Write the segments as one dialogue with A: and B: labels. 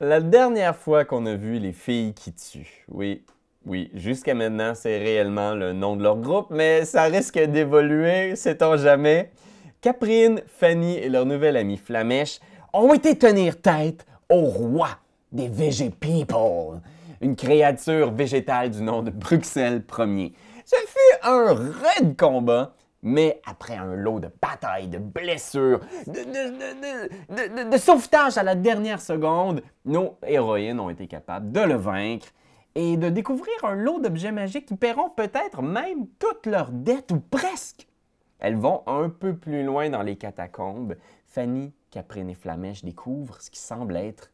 A: La dernière fois qu'on a vu les filles qui tuent, oui, oui, jusqu'à maintenant, c'est réellement le nom de leur groupe, mais ça risque d'évoluer, sait-on jamais. Caprine, Fanny et leur nouvelle amie Flamèche ont été tenir tête au roi des VG People, une créature végétale du nom de Bruxelles Ier. Ce fut un raide combat, mais après un lot de batailles, de blessures, de, de- de- de- de- de- de sauvetage à la dernière seconde, nos héroïnes ont été capables de le vaincre et de découvrir un lot d'objets magiques qui paieront peut-être même toutes leurs dettes ou presque. Elles vont un peu plus loin dans les catacombes. Fanny, Caprine et Flamèche découvrent ce qui semble être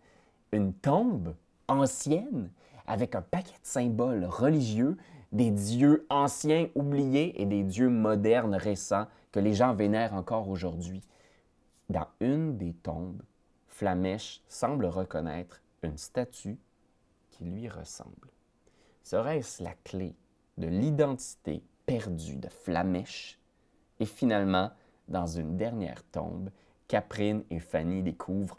A: une tombe ancienne avec un paquet de symboles religieux des dieux anciens oubliés et des dieux modernes récents que les gens vénèrent encore aujourd'hui. Dans une des tombes, Flamèche semble reconnaître une statue qui lui ressemble. Serait-ce la clé de l'identité perdue de Flamèche et finalement, dans une dernière tombe, Caprine et Fanny découvrent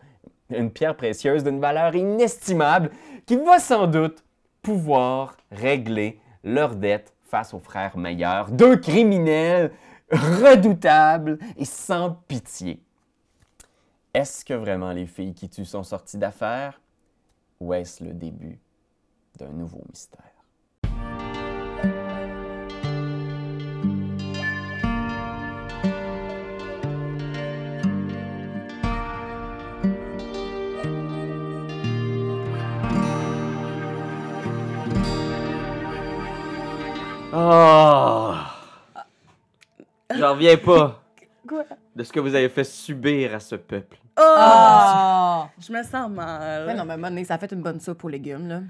A: une pierre précieuse d'une valeur inestimable qui va sans doute pouvoir régler leur dette face aux frères Meilleurs, deux criminels redoutables et sans pitié. Est-ce que vraiment les filles qui tuent sont sorties d'affaires ou est-ce le début d'un nouveau mystère?
B: Oh! J'en reviens pas
C: Quoi?
B: de ce que vous avez fait subir à ce peuple.
C: Oh!
D: Ah!
C: Je me sens mal.
D: Mais non, mais à un moment donné, ça a fait une bonne soupe aux légumes, là.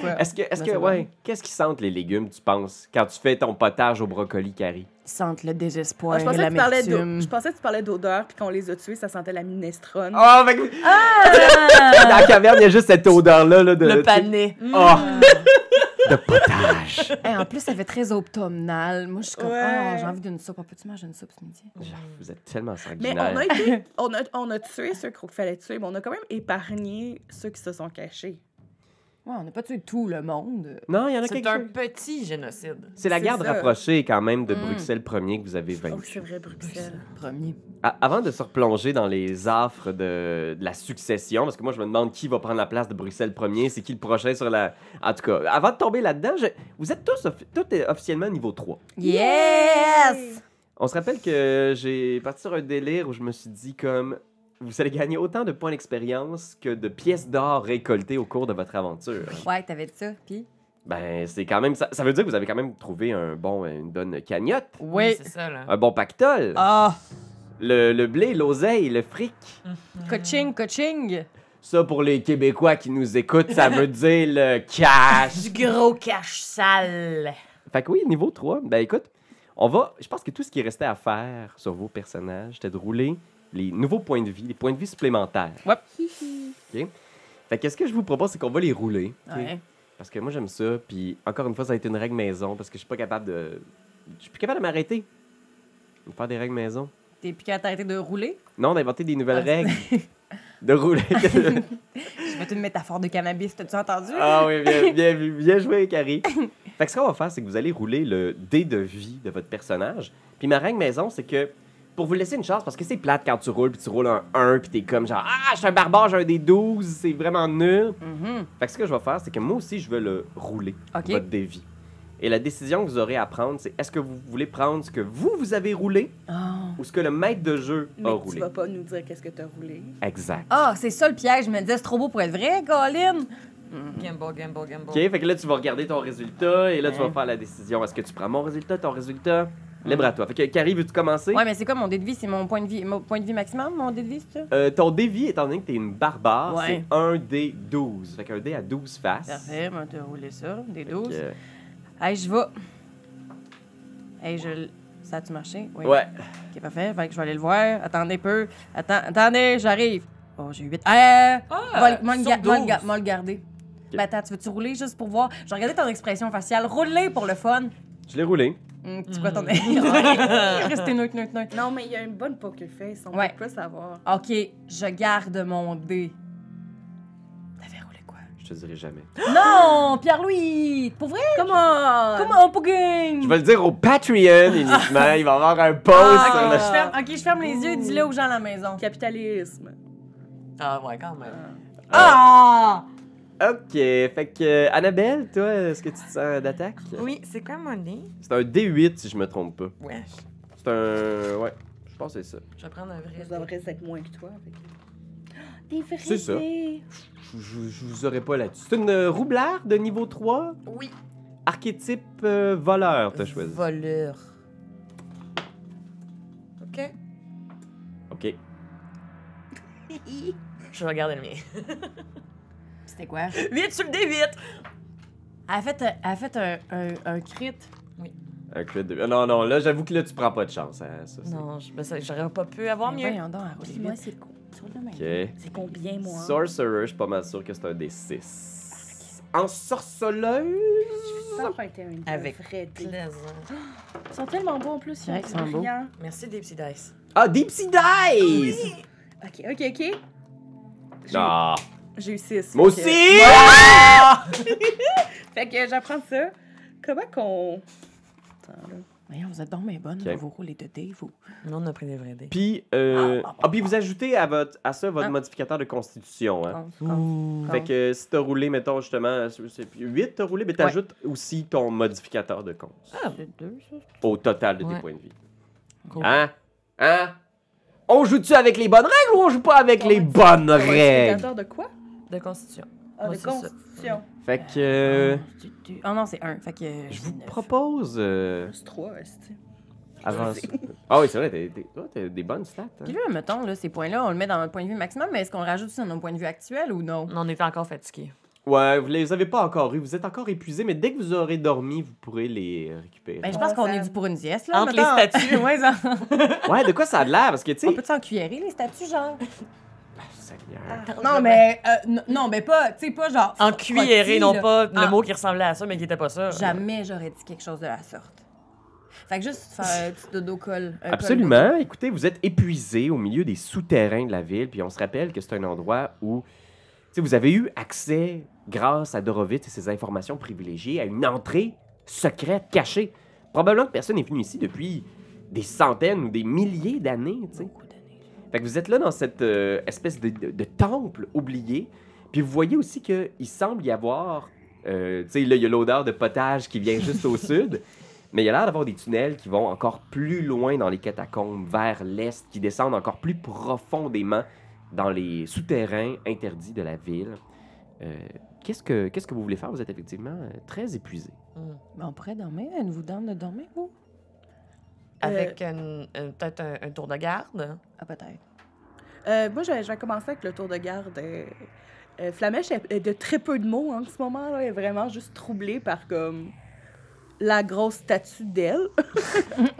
D: Quoi?
B: Est-ce que, est-ce
D: Ben,
B: que,
D: c'est
B: ouais, qu'est-ce qu'ils sentent les légumes, tu penses, quand tu fais ton potage au brocoli, Carrie?
D: Ils sentent le
C: Ah,
D: désespoir
C: je,
D: et
C: pensais que tu parlais d'o-
D: l'amertume.
C: je pensais que tu parlais d'odeur, puis qu'on les a tués, ça sentait la minestrone.
B: Oh, fait que- Dans la caverne, il y a juste cette odeur-là là, de.
D: Le
B: tu-
D: panais.
C: Hmm.
B: Oh! de potage!
D: Hey, en plus, ça fait très automnal. Moi, je suis comme,
C: Ouais.
D: oh, j'ai envie d'une soupe. On peut-tu manger une soupe ce midi?
B: Genre, Vous êtes tellement
C: Mais
B: sanguinaire.
C: on a, été, on, a, on a tué ceux qu'il fallait tuer, mais on a quand même épargné ceux qui se sont cachés.
D: Ouais, on n'a pas tué tout le monde.
B: Non, il y en a
E: C'est
B: quelques
E: un petit génocide.
B: C'est la
C: C'est
B: garde
C: ça.
B: rapprochée quand même de
D: Mm.
B: Bruxelles premier que vous avez
C: Oh,
B: vaincu.
C: c'est vrai, Bruxelles.
D: Premier.
B: A- avant de se replonger dans les affres de, de la succession, parce que moi je me demande qui va prendre la place de Bruxelles premier, c'est qui le prochain sur la... En tout cas, avant de tomber là-dedans, je- vous êtes tous, offi- tout est officiellement niveau 3.
D: Yes!
B: On se rappelle que j'ai parti sur un délire où je me suis dit comme... Vous allez gagner autant de points d'expérience que de pièces d'or récoltées au cours de votre aventure.
D: Ouais, t'avais dit ça, puis...
B: Ben, c'est quand même... Ça, ça veut dire que vous avez quand même trouvé un bon, une bonne cagnotte,
E: Oui. C'est ça, là.
B: un bon pactole.
E: Ah!
B: Le, le blé, l'oseille, le fric.
E: Coaching, coaching!
B: Ça, pour les Québécois qui nous écoutent, ça veut dire le cash.
E: Du gros cash sale!
B: Fait que oui, niveau 3, ben écoute, on va. Je pense que tout ce qui restait à faire sur vos personnages, c'était de rouler les nouveaux points de vie, les points de vie supplémentaires.
E: Ouais.
B: OK? Fait que ce que je vous propose, c'est qu'on va les rouler. OK?
D: Ouais.
B: Parce que moi, j'aime ça. Puis encore une fois, ça a été une règle maison parce que je suis pas capable de. Je suis plus capable de m'arrêter. De faire des règles maison.
D: T'es piqué à t'arrêter de rouler.
B: Non, d'inventer des nouvelles
D: Ah, c'est-
B: règles. De rouler.
D: Je vais une métaphore de cannabis, t'as-tu entendu?
B: Ah oui, bien, bien, vu, bien joué, Carrie. fait que ce qu'on va faire, c'est que vous allez rouler le dé de vie de votre personnage. Puis ma règle maison, c'est que pour vous laisser une chance, parce que c'est plate quand tu roules, puis tu roules un 1, puis t'es comme genre Ah, je suis un barbare, j'ai un dé 12, c'est vraiment nul.
D: Mhm.
B: Fait que ce que je vais faire, c'est que moi aussi, je veux le rouler,
D: OK.
B: votre dé vie. Et la décision que vous aurez à prendre, c'est est-ce que vous voulez prendre ce que vous, vous avez roulé
D: Ah,
B: ou ce que le maître de jeu
C: Mais
B: a
C: tu
B: roulé?
C: vas pas nous dire qu'est-ce que t'as roulé.
B: Exact.
D: Ah, c'est ça le piège. Je me disais, c'est trop beau pour être vrai, Colin. Mm.
E: Gamble, gamble, gamble.
B: OK, fait que là, tu vas regarder ton résultat et là, tu vas
D: Ouais.
B: faire la décision. Est-ce que tu prends mon résultat, ton résultat? Libre à toi. Fait que, Carrie, veux-tu commencer?
D: Ouais, mais c'est quoi mon dé de vie? C'est mon point de vie, mon point de vie maximum, mon dé de vie, c'est ça?
B: Euh, ton dévi, étant donné que t'es une barbare,
D: Ouais.
B: c'est un dé 12. Fait qu'un dé à 12 faces.
D: Parfait, moi, t'as roulé ça, des
B: Fait que,
D: 12.
B: euh,
D: Hey, je vais. Hey, je. l- Ça a-tu marché? Oui.
B: ouais.
D: Ok, parfait. Fait que je vais aller le voir. Attendez un peu. Attends, attendez, j'arrive. Oh, j'ai 8. Euh,
E: Ah!
D: va le- va le
E: sur
D: ga- va le
E: 12.
D: ga- va le garder. Ben, attends, tu veux-tu rouler juste pour voir? Je regardais ton expression faciale. Rouler pour le fun.
B: Je l'ai roulé.
D: Hum,
E: Mm.
D: tu vois ton. Restez neutre, neutre, neutre.
C: Non, mais il y a une bonne poker face, on
D: Ouais.
C: peut pas savoir.
D: Ok, je garde mon dé. les quoi?
B: Je te dirai jamais.
F: Non, Pierre-Louis! Pour vrai?
C: Comment?
F: Comment on peut gagner?
B: Je vais le dire au Patreon uniquement. Il va y avoir un post
D: Ah.
B: sur le
F: Ah, ok, je ferme, ok, je ferme les yeux et dis-le aux gens à la maison.
C: Capitalisme.
E: Ah ouais, quand même. Euh,
F: Ah!
B: Ok, fait que euh, Annabelle, toi, est-ce que tu te sens d'attaque?
E: Oui, c'est quoi mon nez?
B: C'est un D8 si je me trompe pas.
E: Ouais,
B: C'est un. Ouais, je pense que c'est ça.
E: je vais prendre un
C: Je
E: vrai.
C: devrais être moins que toi. fait que-
B: C'est ça. Je, je- je vous aurais pas là-dessus. C'est une euh, roublarde de niveau 3,
E: Oui.
B: archétype euh, voleur, t'as choisi.
E: Voleur. Ok.
B: Ok.
E: Je vais regarder le mien.
F: C'était quoi?
E: Vite, tu le dé vite!
F: Elle a fait, un- elle a fait un, un, un crit.
B: Un crit de- Ah Non, non, là, j'avoue que là, tu prends pas de chance. hein, ça, c'est-
E: Non, je- ben, ça, j'aurais pas pu avoir
F: Mais
E: mieux.
F: Voyons donc, elle roule
C: Moi,
F: vite.
C: c'est con. Sur le même.
B: Ok.
C: C'est combien, moi?
B: Sorcerer, je suis pas mal sûr que c'est un des 6. En sorceleuse?
C: Ça fait un dé,
E: Avec
C: un vrai dé.
E: Plaisant.
C: Ils sont tellement beaux en plus.
F: C'est vrai qu'ils sont beaux.
C: brillants.
E: Merci des petits dice.
B: Ah, Deep Sea Dice!
C: Ok, ok, ok. J'ai-
B: Ah,
C: J'ai eu 6.
B: moi aussi!
C: Fait que j'apprends ça. Comment qu'on. Attends, là.
F: Voyons, vous êtes donc bien bonne
B: Ok.
F: vous roulez de dés, vous.
E: Non, on a pris des vrais dés.
B: Puis, euh... ah, puis vous ajoutez à, votre, à ça votre modificateur de constitution. Hein.
D: Compte, compte.
B: Fait que si t'as roulé, mettons justement, 8 t'as roulé, mais t'ajoutes aussi ton modificateur de compte.
D: C'est deux, ça?
B: Au total de tes
E: Ouais.
B: points de vie.
E: Cool.
B: Hein? Hein? On joue-tu avec les bonnes règles ou on joue pas avec
C: Ton
B: les bonnes règles?
C: Modificateur de quoi?
E: De constitution.
C: Ah,
E: Moi,
C: de
E: c'est ça.
C: constitution.
B: Fait que euh,
F: Tu- tu- Ah non, c'est un. Fait que.
B: je vous
F: neuf.
B: propose euh,
C: Plus 3, c'est
B: avant ça. Ah oui, c'est vrai, t'as- t'as- toi, t'as des bonnes stats. hein.
F: Puis là, mettons, là, ces points-là, on le met dans notre point de vue maximum, mais est-ce qu'on le rajoute ça dans notre point de vue actuel ou non?
E: On était encore fatigués.
B: Ouais, vous les avez pas encore eu, vous êtes encore épuisés, mais dès que vous aurez dormi, vous pourrez les euh, récupérer.
F: Ben, je pense
C: Ouais,
F: qu'on
C: ça-
F: est dû pour une sieste, là.
E: Entre
F: mettons.
E: les statues.
F: ouais, ça.
B: Ouais, de quoi ça a de l'air? Parce que, tu
F: On
B: sais. Ah,
F: peut-tu en cuillerer, les statues, genre?
B: Seigneur.
F: Non, mais. euh, n- non, mais pas. Tu sais, pas genre.
E: En
F: frotti,
E: cuilleré, non
F: là.
E: pas le
F: Ah.
E: mot qui ressemblait à ça, mais qui était pas ça.
F: Jamais j'aurais dit quelque chose de la sorte. Fait que juste faire un petit dodo-colle. un
B: Absolument. Écoutez, vous êtes épuisé au milieu des souterrains de la ville, puis on se rappelle que c'est un endroit où tu sais, vous avez eu accès, grâce à Dorovitz et ses informations privilégiées, à une entrée secrète, cachée. Probablement que personne n'est venu ici depuis des centaines ou des milliers d'années. tu sais. Fait que vous êtes là dans cette euh, espèce de, de- de temple oublié, puis vous voyez aussi qu'il semble y avoir... euh, tu sais, là, il y a l'odeur de potage qui vient juste au sud. Mais il y a l'air d'avoir des tunnels qui vont encore plus loin dans les catacombes, vers l'est, qui descendent encore plus profondément dans les souterrains interdits de la ville. Euh, qu'est-ce, que, qu'est-ce que vous voulez faire? Vous êtes effectivement euh, très épuisé.
F: peu- Ben, on pourrait dormir. Elle vous donne de dormir, vous?
E: Avec une- une- peut-être un, un tour de garde.
F: Ah, peut-être.
C: Euh, moi, je vais, je vais commencer avec le tour de garde. euh, euh, Flamèche est est de très peu de mots hein, en ce moment. Là, elle est vraiment juste troublée par comme la grosse statue d'elle.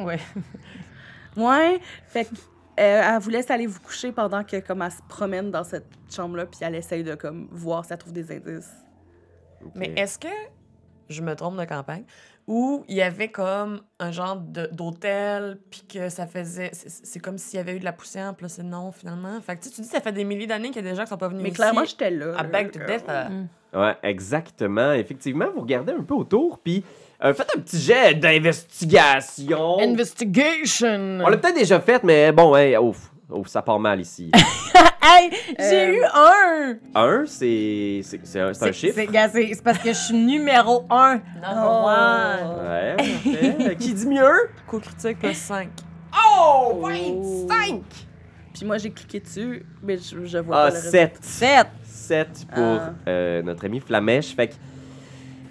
F: ouais.
C: Ouais. Fait que, euh, elle vous laisse aller vous coucher pendant que comme elle se promène dans cette chambre-là, puis elle essaye de comme voir si elle trouve des indices.
E: Mais
B: Ok.
E: est-ce que je me trompe de campagne où il y avait comme un genre de- d'hôtel puis que ça faisait c'est- c'est comme s'il y avait eu de la poussière puis là c'est non finalement. Fait que tu sais, tu dis ça fait des milliers d'années qu'il y a des gens qui sont pas venus
C: Mais
E: ici.
C: clairement, j'étais là.
E: à
C: là,
E: beg to
C: comme-
E: death. euh,
B: Ouais, exactement. Effectivement, vous regardez un peu autour, puis euh, faites un petit jet
E: Oh.
B: d'investigation.
F: Investigation!
B: On l'a peut-être déjà fait, mais bon, ouais, ouf, ouf, ça part mal ici.
F: Hey, j'ai
C: Euh,
F: eu un!
B: un, c'est, c'est, c'est un, c'est un chiffre.
F: C'est, gars, c'est- c'est parce que je suis numéro un.
E: Number
C: Oh.
E: one.
B: Ouais, parfait. qui dit mieux?
E: Coup critique plus 5.
B: Oh,
C: Oh. Puis moi, j'ai cliqué dessus, mais je, je vois
B: Ah,
C: pas le reste.
B: 7.
F: 7.
B: 7 pour
C: Ah.
B: euh, notre ami Flamèche. Fait que, tu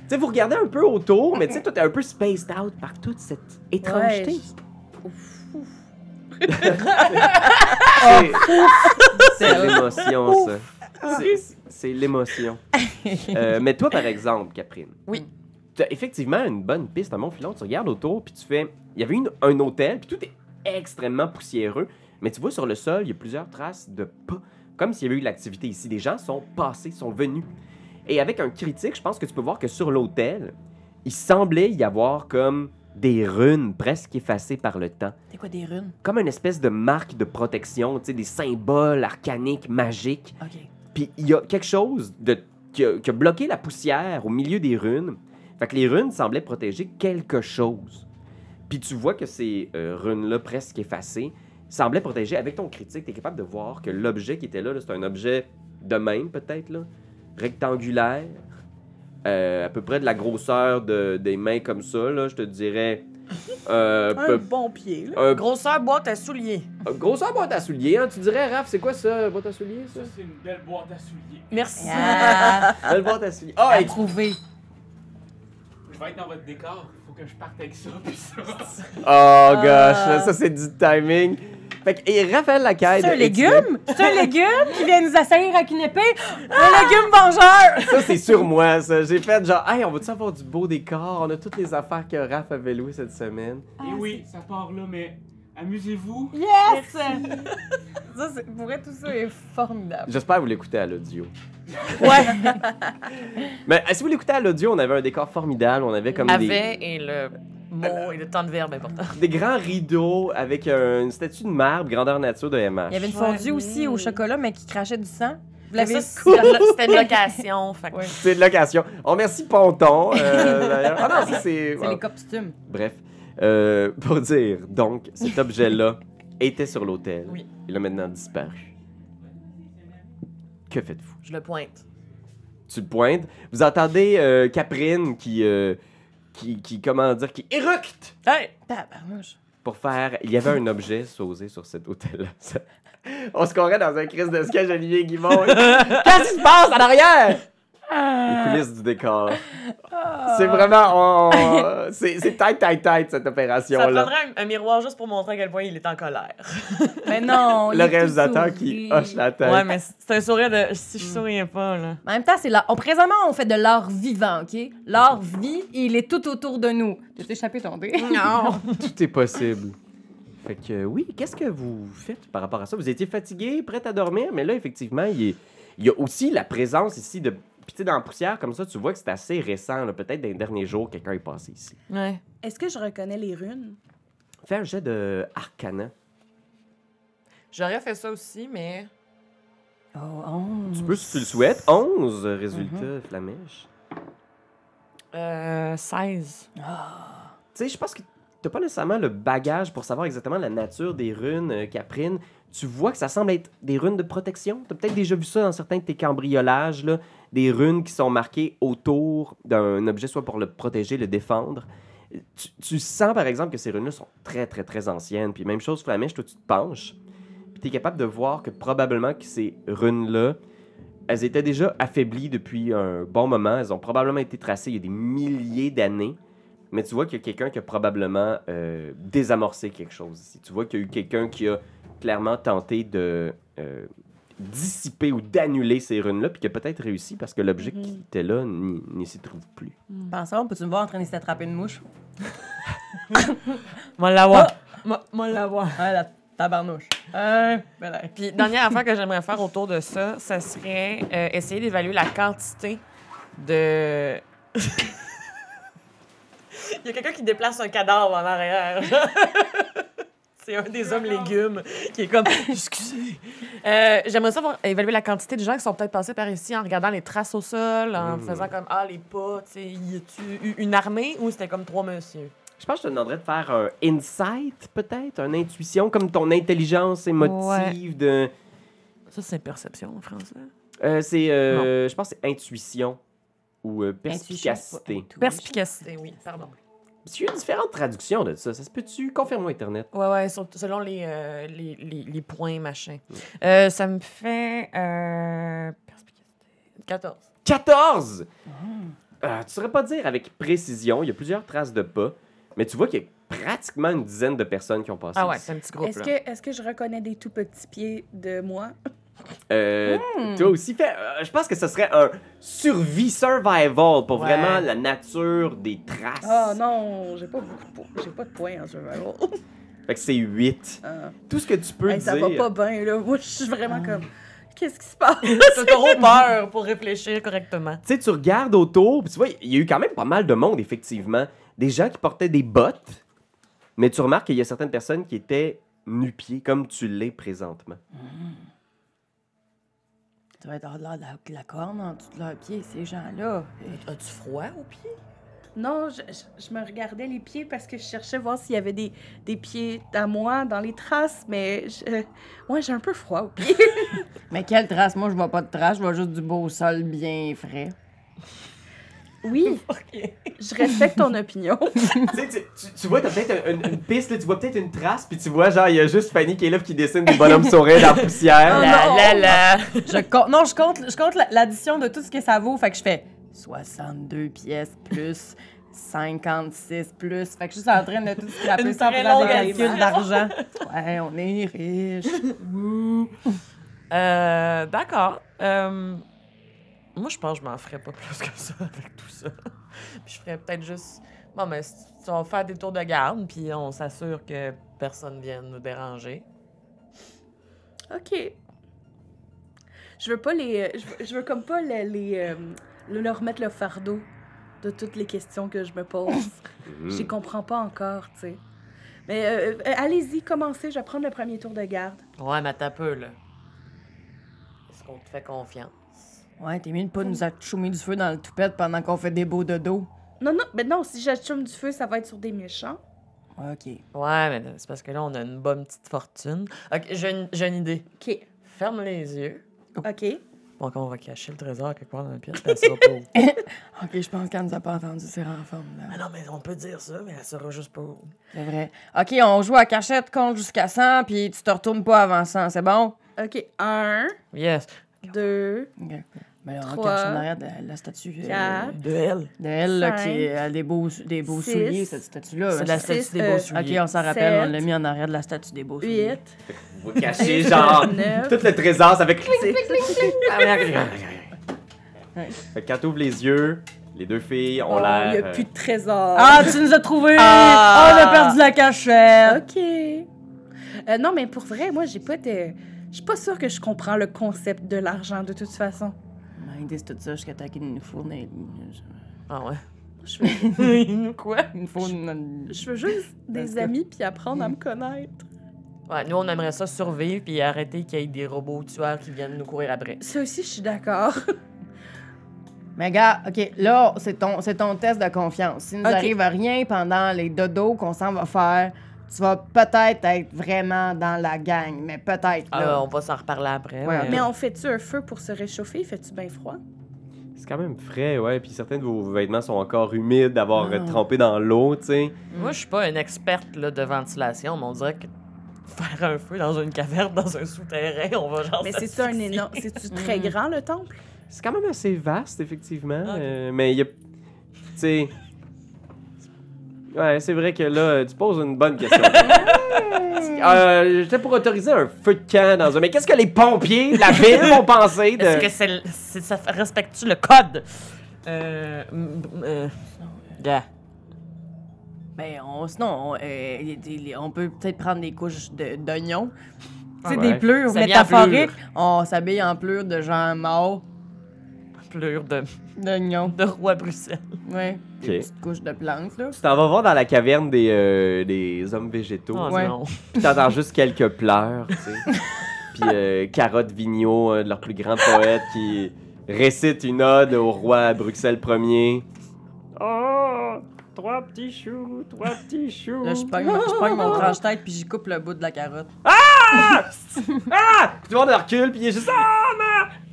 B: sais, vous regardez un peu autour, mais tu sais, toi, t'es un peu spaced out par toute cette étrangeté.
C: Ouais, je- Ouf, ouf. Oh,
B: C'est- C'est l'émotion, ça. C'est- C'est l'émotion. Euh, mais toi, par exemple, Caprine.
E: Oui.
B: T'as effectivement une bonne piste à Montfilon. Tu regardes autour, puis tu fais. Il y avait une, un hôtel, puis tout est extrêmement poussiéreux. Mais tu vois, sur le sol, il y a plusieurs traces de pas. Comme s'il y avait eu de l'activité ici. Des gens sont passés, sont venus. Et avec un critique, je pense que tu peux voir que sur l'hôtel, il semblait y avoir comme des runes presque effacées par le temps
F: C'est quoi des runes?
B: comme une espèce de marque de protection, tu sais, des symboles arcaniques, magiques.
F: Ok.
B: Puis il y a quelque chose de qui a, qui a bloqué la poussière au milieu des runes. Fait que les runes semblaient protéger quelque chose. Puis tu vois que ces euh, runes-là, presque effacées, semblaient protéger. Avec ton critique, tu es capable de voir que l'objet qui était là, là, c'est un objet de même, peut-être, là, rectangulaire, euh, à peu près de la grosseur de- des mains comme ça, là, je te dirais. euh,
C: Un
B: peu-
C: bon pied, là.
B: un-
E: Grosseur boîte à souliers.
B: grosseur boîte à souliers, hein, tu dirais, Raph, c'est quoi ça, boîte à souliers, ça?
G: Ça, c'est une belle boîte à souliers.
E: Merci.
D: Ah,
B: Belle boîte à souliers. Ah, et-
D: trouvé.
G: Je vais être dans votre décor. Faut que je parte avec ça. Puis ça.
B: Oh gosh, ça c'est du timing. Fait que, et Raphaël Lacaille.
D: C'est un
B: de X-Men,
D: légume? C'est un légume qui vient nous assaillir avec une épée? Un légume vengeur!
B: Ça c'est sur moi, ça. J'ai fait genre, hey, on va-tu avoir du beau décor? On a toutes les affaires que Raph avait louées cette semaine.
G: Et oui, ça part là, mais amusez-vous.
D: Yes! Ça, c'est- pour vrai, tout ça est formidable.
B: J'espère que vous l'écoutez à l'audio.
E: Ouais.
B: Mais euh, si vous l'écoutez à l'audio, on avait un décor formidable. On avait comme des,
E: Avait et le mot et le temps de verbe important.
B: des grands rideaux avec euh, une statue de marbre grandeur nature de MH.
D: Il y avait une
E: Ouais,
D: fondue aussi
E: mais-
D: au chocolat, mais qui crachait du sang. Vous
E: Ça,
D: l'avez
E: c'est la- la- C'était une location. Fait que-
D: Ouais.
B: C'est de location. On remercie Ponton, euh, d'ailleurs. Ah non, ça c'est...
D: C'est les costumes.
B: Bref, euh, pour dire, donc, cet objet-là était sur l'hôtel.
E: Oui.
B: Il a maintenant disparu. Que faites-vous?
E: Je le pointe.
B: Tu le pointes. Vous entendez euh, Caprine qui, euh, qui, qui, comment dire, qui éructe
E: Hey!
D: Tabarnouche.
B: pour faire... Il y avait un objet sausé sur cet hôtel-là. Ça- On se croirait dans un crise de sketch Olivier Guimond. Qu'est-ce qui se passe en arrière? Ah. Les coulisses du décor. C'est vraiment... on- C'est c'est tight, tight, tight, cette
E: Ça
B: opération-là.
E: prendrait un, un miroir juste pour montrer à quel point il est en colère.
D: Mais non! il
B: le
D: est tout
B: réalisateur qui
D: sourire.
B: hoche la tête.
E: Ouais, mais c'est un sourire de si je souriais pas, là.
D: En même temps, c'est l'art. on- Présentement, on fait de l'art vivant, OK? L'art vit et il est tout autour de nous. T'as échappé ton dé?
E: Non!
B: Tout est possible. Fait que euh, oui, qu'est-ce que vous faites par rapport à ça? Vous étiez fatigué, prête à dormir, mais là, effectivement, il, est- il y a aussi la présence ici de. Puis tu sais, dans la poussière, comme ça, tu vois que c'est assez récent, là, peut-être dans les derniers jours, quelqu'un est passé ici.
E: Ouais.
C: Est-ce que je reconnais les runes?
B: Fais un jet de arcana.
E: J'aurais fait ça aussi, mais.
D: Oh, on...
B: Tu peux, si tu le souhaites. 11 résultats, Flamèche.
E: Euh. 16.
B: Tu sais, je pense que t'as pas nécessairement le bagage pour savoir exactement la nature des runes, euh, Caprine. Tu vois que ça semble être des runes de protection. T'as peut-être déjà vu ça dans certains de tes cambriolages, là, des runes qui sont marquées autour d'un objet, soit pour le protéger, le défendre. Euh, Tu, tu sens, par exemple, que ces runes-là sont très, très, très anciennes. Puis même chose, Flamèche, toi, tu te penches. Puis t'es capable de voir que probablement que ces runes-là, elles étaient déjà affaiblies depuis un bon moment. Elles ont probablement été tracées il y a des milliers d'années. Mais tu vois qu'il y a quelqu'un qui a probablement euh, désamorcé quelque chose ici. Tu vois qu'il y a eu quelqu'un qui a clairement tenté de euh, dissiper ou d'annuler ces runes-là, puis qui a peut-être réussi parce que l'objet qui était là n'y n'y s'y trouve plus.
D: Pensons, peux-tu me voir en train d'essayer d'attraper une mouche?
E: Moi, l'avoir.
D: Moi, la voir. Ah, la tabarnouche. Euh, ben là.
E: Puis, dernière affaire que j'aimerais faire autour de ça, ça serait euh, essayer d'évaluer la quantité de. Il y a quelqu'un qui déplace un cadavre en arrière. C'est un des hommes légumes qui est comme. Excusez. Euh, J'aimerais savoir évaluer la quantité de gens qui sont peut-être passés par ici en regardant les traces au sol, en
B: Mm.
E: faisant comme Ah, les pas, tu sais, y a-tu eu une armée ou c'était comme trois messieurs?
B: Je pense que je te demanderais de faire un insight, peut-être, une intuition, comme ton intelligence émotive de...
E: Ça, c'est perception en français.
B: Euh, c'est... euh, je pense que c'est intuition ou euh, perspicacité.
E: Perspicacité, oui, pardon.
B: Parce qu'il y a différentes traductions de ça. Ça se peut-tu? Confirme-moi, Internet.
E: Ouais, ouais, sur- selon les, euh, les, les, les points, machin. Euh, ça me fait. Euh, perspicacité. 14.
B: 14!
C: Mmh.
B: Euh, tu saurais pas dire avec précision, il y a plusieurs traces de pas, mais tu vois qu'il y a pratiquement une dizaine de personnes qui ont passé.
E: Ah ouais,
B: ici.
E: c'est un petit groupe.
C: Est-ce
E: là.
C: que, est que je reconnais des tout petits pieds de moi?
B: Euh,
C: Mmh.
B: Toi aussi, fais, euh, je pense que ce serait un survie survival pour
E: Ouais.
B: vraiment la nature des traces.
C: Ah non, j'ai pas beaucoup de points. J'ai pas de points en survival.
B: Fait que c'est 8.
C: Ah.
B: Tout ce que tu peux
C: Hey, ça va
B: dire.
C: pas bien, là. Moi, je suis vraiment comme... Qu'est-ce qui se passe?
E: T'as trop peur pour réfléchir correctement.
B: Tu sais, tu regardes autour, puis tu vois, il y a eu quand même pas mal de monde, effectivement. Des gens qui portaient des bottes, mais tu remarques qu'il y a certaines personnes qui étaient nu-pieds, comme tu l'es présentement.
D: Ça doit être hors de la, la- la corne en dessous de leurs pieds, ces gens-là.
E: Euh, As-tu froid aux pieds?
C: Non, je, je- je me regardais les pieds parce que je cherchais voir s'il y avait des, des pieds à moi dans les traces, mais je- ouais, j'ai un peu froid aux pieds.
D: Mais quelle trace? Moi, je vois pas de trace, je vois juste du beau sol bien frais.
C: Oui, je respecte ton opinion.
B: Tu sais, tu- tu, tu vois, t'as peut-être un- une, une piste, là, tu vois peut-être une trace, puis tu vois, genre, il y a juste Fanny qui est là, puis qui dessine des bonhommes sourires dans la
E: Oh
B: poussière.
D: La, la,
E: la!
D: Je compte, non, je compte, je compte la- l'addition de tout ce que ça vaut. Fait que je fais 62 pièces plus 56 plus. Fait que je suis en train de tout scraper
E: Une
D: ça en
E: très
D: faisant des
E: longue
D: calculs
E: addition.
D: d'argent. Ouais, on est riche.
E: Euh, D'accord. Euh, moi, je pense que je m'en ferais pas plus que ça avec tout ça. puis je ferais peut-être juste. Bon, mais c- on va faire des tours de garde, puis on s'assure que personne vienne nous déranger.
C: OK. Je veux pas les. euh, Je veux, je veux comme pas les, les, euh, le- leur mettre le fardeau de toutes les questions que je me pose. Je les comprends pas encore, tu sais. Mais euh, euh, allez-y, commencez. Je vais prendre le premier tour de garde.
E: Ouais, mais t'as peu, là. Est-ce qu'on te fait confiance?
D: Ouais, t'es mieux de pas nous achoumer du feu dans le toupette pendant qu'on fait des beaux dodo.
C: Non, non, mais non, si j'assume du feu, ça va être sur des méchants.
D: OK.
E: Ouais, mais c'est parce que là, on a une bonne petite fortune. Ok, j'ai une, j'ai une idée.
C: OK.
E: Ferme les yeux.
C: OK.
E: Donc, on va cacher le trésor quelque part dans la pièce, puis elle saura pas où.
D: OK, je pense qu'elle nous a pas entendu, c'est en forme, là.
E: Mais non, mais on peut dire ça, mais elle saura juste pas où.
D: C'est vrai. OK, on joue à cachette, compte jusqu'à 100, puis tu te retournes pas avant 100, c'est bon?
C: OK. Un,
E: Yes.
C: deux.
D: OK. Mais là, Ben, on
C: Trois,
D: cache en arrière de la statue euh,
C: quatre,
E: De elle.
D: de elle, là,
C: cinq,
D: qui euh, a des beaux, des beaux
C: six,
D: souliers, cette statue-là.
E: C'est la statue
C: six,
E: des
C: euh,
E: beaux
C: ok.
D: OK,
E: souliers.
D: on s'en rappelle, on
C: sept,
D: l'a mis en arrière de la statue des beaux souliers.
C: Huit.
B: Vous cachez, genre,
C: Neuf.
B: tout le trésor, ça fait clic.
E: Ah,
D: Ouais.
B: Fait que quand t'ouvres les yeux, les deux filles ont
C: Oh,
B: l'air.
C: Il y a
B: euh,
C: plus de trésor.
D: Ah, tu nous as trouvés!
E: Ah!
D: On a perdu la cachette!
C: OK. Euh, non, mais pour vrai, moi, j'ai pas de. Je suis pas sûre que je comprends le concept de l'argent de toute façon.
D: Ben, Ils disent tout ça jusqu'à temps qu'ils nous fournent...
E: Ah ouais.
C: Je veux,
E: Nous quoi?
D: Une
C: je veux juste
D: Parce
C: des
D: que-
C: amis puis apprendre à me connaître.
E: Ouais, nous, on aimerait ça survivre puis arrêter qu'il y ait des robots tueurs qui viennent nous courir après.
C: Ça aussi, je suis d'accord.
D: Mais gars, OK, là, c'est ton, c'est ton test de confiance. S'il nous
C: OK.
D: arrive rien pendant les dodos qu'on s'en va faire, tu vas peut-être être vraiment dans la gang, mais peut-être,
E: Là,
D: là.
E: on va s'en reparler après.
D: Ouais,
C: Mais on fait-tu un feu pour se réchauffer? Fait-tu bien froid?
B: C'est quand même frais, ouais. Puis certains de vos vêtements sont encore humides d'avoir
D: Ah.
B: euh, trempé dans l'eau, tu sais.
E: euh, Moi, je suis pas une experte là, de ventilation, mais on dirait que faire un feu dans une caverne, dans un souterrain, on va genre.
C: Mais c'est-tu un
E: s'asphyxier.
C: énorme. C'est-tu
D: Mm.
C: très grand, le temple?
B: C'est quand même assez vaste, effectivement.
E: Ah, Ok.
B: euh, mais il y a. Tu sais. Ouais, c'est vrai que là, tu poses une bonne question. euh, J'étais pour autoriser un feu de camp dans un. Mais qu'est-ce que les pompiers de la ville vont penser
E: Est-ce que
B: de.
E: c'est, c'est- ça fait- respecte-tu le code? Euh. mm, euh, gars.
D: Ben, on, sinon, on, euh, les- les- on peut peut-être prendre des couches de- d'oignons. Tu sais,
B: Ah Ouais.
D: des pleurs
E: S'habiller en
D: métaphoriques. On s'habille en pleurs de gens morts,
E: Plure de,
D: d'oignons.
E: de roi Bruxelles.
D: Ouais. Des
B: Ok.
D: petites couches de plantes, là.
B: Tu t'en vas voir dans la caverne des, euh, des hommes végétaux.
E: Oh,
D: Ouais.
E: non.
B: Puis t'entends juste quelques pleurs, tu sais. Puis euh, Carotte Vigneault, un de leurs plus grands poètes, qui récite une ode au roi Bruxelles Ier. Oh, trois petits choux, trois petits choux.
D: Là, je pogne mon- je pogne mon tranche-tête puis j'y coupe le bout de la carotte.
B: Ah! Tout le monde recule, puis il est juste Ah,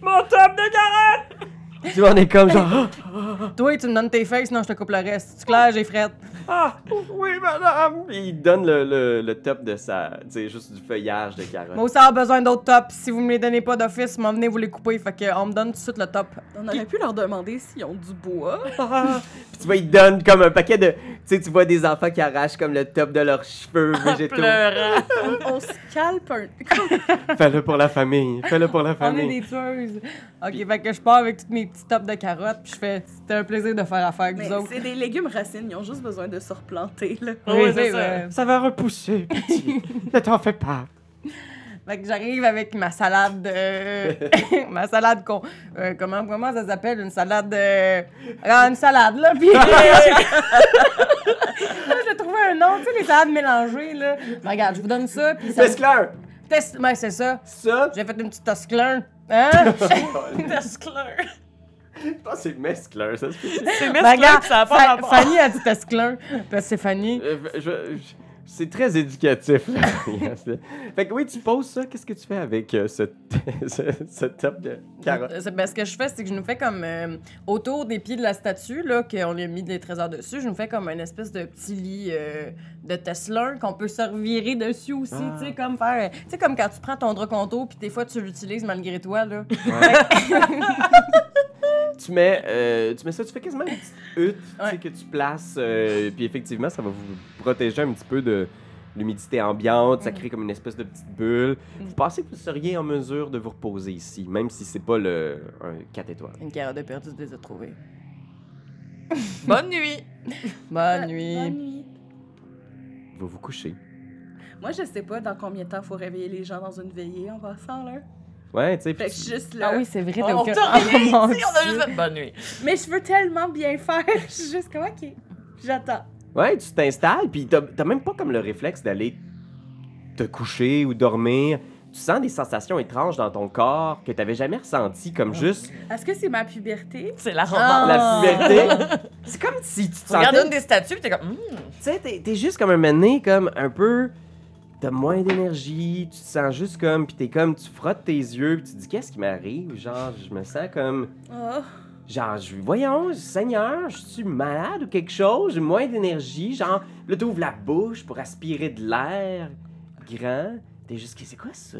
B: ma, mon top de carotte! Tout le monde est comme genre Ah,
D: Toi, tu me donnes tes fesses, non, je te coupe le reste. Tu clair, j'ai frette.
B: ah, oui, madame! Puis il donne le, le, le top de sa. Tu sais, juste du feuillage de carotte.
D: Moi aussi, j'ai besoin d'autres tops. Si vous me les donnez pas d'office, m'en venez vous les couper. Fait que on me donne tout de suite le top.
C: On aurait pu leur demander s'ils ont du bois.
B: Ah! Puis tu vois, ils donnent comme un paquet de. Tu sais, tu vois des enfants qui arrachent comme le top de leurs cheveux végétaux.
E: Pleurant.
C: On, on se calpe un.
B: Fais-le pour la famille. Fais-le pour la
D: On est
B: famille.
D: des tueuses. Ok, fait que je pars avec tous mes petits tops de carottes, puis je fais. C'était un plaisir de faire affaire avec
C: Mais
D: vous autres.
C: c'est des légumes racines, ils ont juste besoin de se replanter, là.
E: Ouais, c'est ça.
D: vrai.
B: Ça va repousser, petit. ne t'en fais pas.
D: Fait que j'arrive avec ma salade. euh, ma salade con. euh, comment, comment ça s'appelle Une salade. euh, ah, une salade, là. Puis. Là, je trouvais un nom, tu sais, les salades mélangées, là. Mais regarde, je vous donne ça, puis ça.
B: Pescleur,
D: Test- Ouais, c'est ça.
B: ça,
D: J'ai fait une petite tosclin. Hein?
E: Mescleur.
B: Je pense que c'est mescleur, ça se peut.
E: C'est
D: Ben,
E: mescleur,
D: regarde,
E: puis ça n'a
D: Fa-
E: pas rapport.
D: Fanny a dit Tesclin. Parce que c'est Fanny.
B: Euh, je- je- C'est très éducatif. là. Yes. fait que oui, tu poses ça. Qu'est-ce que tu fais avec euh, ce, ce, ce top de carottes?
D: C'est- ben, ce que je fais, c'est que je nous fais comme euh, autour des pieds de la statue, là, qu'on lui a mis des trésors dessus, je nous fais comme une espèce de petit lit euh, de Tesla qu'on peut se revirer dessus aussi,
B: Ah.
D: tu sais, comme faire. Tu sais, comme quand tu prends ton Droconto, puis des fois tu l'utilises malgré toi, là.
B: Tu mets, euh, tu mets ça, tu fais quasiment une petite hutte tu sais,
D: Ouais.
B: que tu places. euh, puis effectivement, ça va vous protéger un petit peu de l'humidité ambiante.
C: Mhm.
B: Ça crée comme une espèce de petite bulle. Vous pensez que vous seriez en mesure de vous reposer ici, même si c'est pas le 4 étoiles.
D: Une carotte de perdu, tu les as trouvés.
E: Bonne nuit.
D: Bonne
C: Euh, Bonne
D: nuit.
C: nuit.
B: Vous vous couchez.
C: Moi, je sais pas dans combien de temps faut réveiller les gens dans une veillée en passant, là.
B: Ouais, tu sais.
C: Fait
B: puis
C: que je suis juste là.
D: Ah oui, c'est vrai,
E: On
D: t'as aucun-
E: t'a réveillé
D: Oh, mon
E: ici, on a
D: Dieu.
E: juste fait bonne nuit.
C: Mais je veux tellement bien faire. Je suis juste comme, OK, j'attends.
B: Ouais, tu t'installes, puis t'as t'as même pas comme le réflexe d'aller te coucher ou dormir. Tu sens des sensations étranges dans ton corps que t'avais jamais ressenties, comme juste
C: Est-ce que c'est ma puberté?
E: C'est la romance.
B: la puberté. C'est comme si tu te
E: Tu regardes
B: sentais...
E: Ah. une des statues, puis t'es comme. hmm.
B: Tu sais, t'es t'es juste comme un mané, comme un peu... T'as moins d'énergie, tu te sens juste comme... Puis t'es comme, tu frottes tes yeux, puis tu te dis, qu'est-ce qui m'arrive? Genre, je me sens comme...
C: Oh,
B: Genre, je, voyons, Seigneur, je suis malade ou quelque chose, j'ai moins d'énergie. Genre, là, t'ouvres la bouche pour aspirer de l'air grand. T'es juste, c'est quoi ça?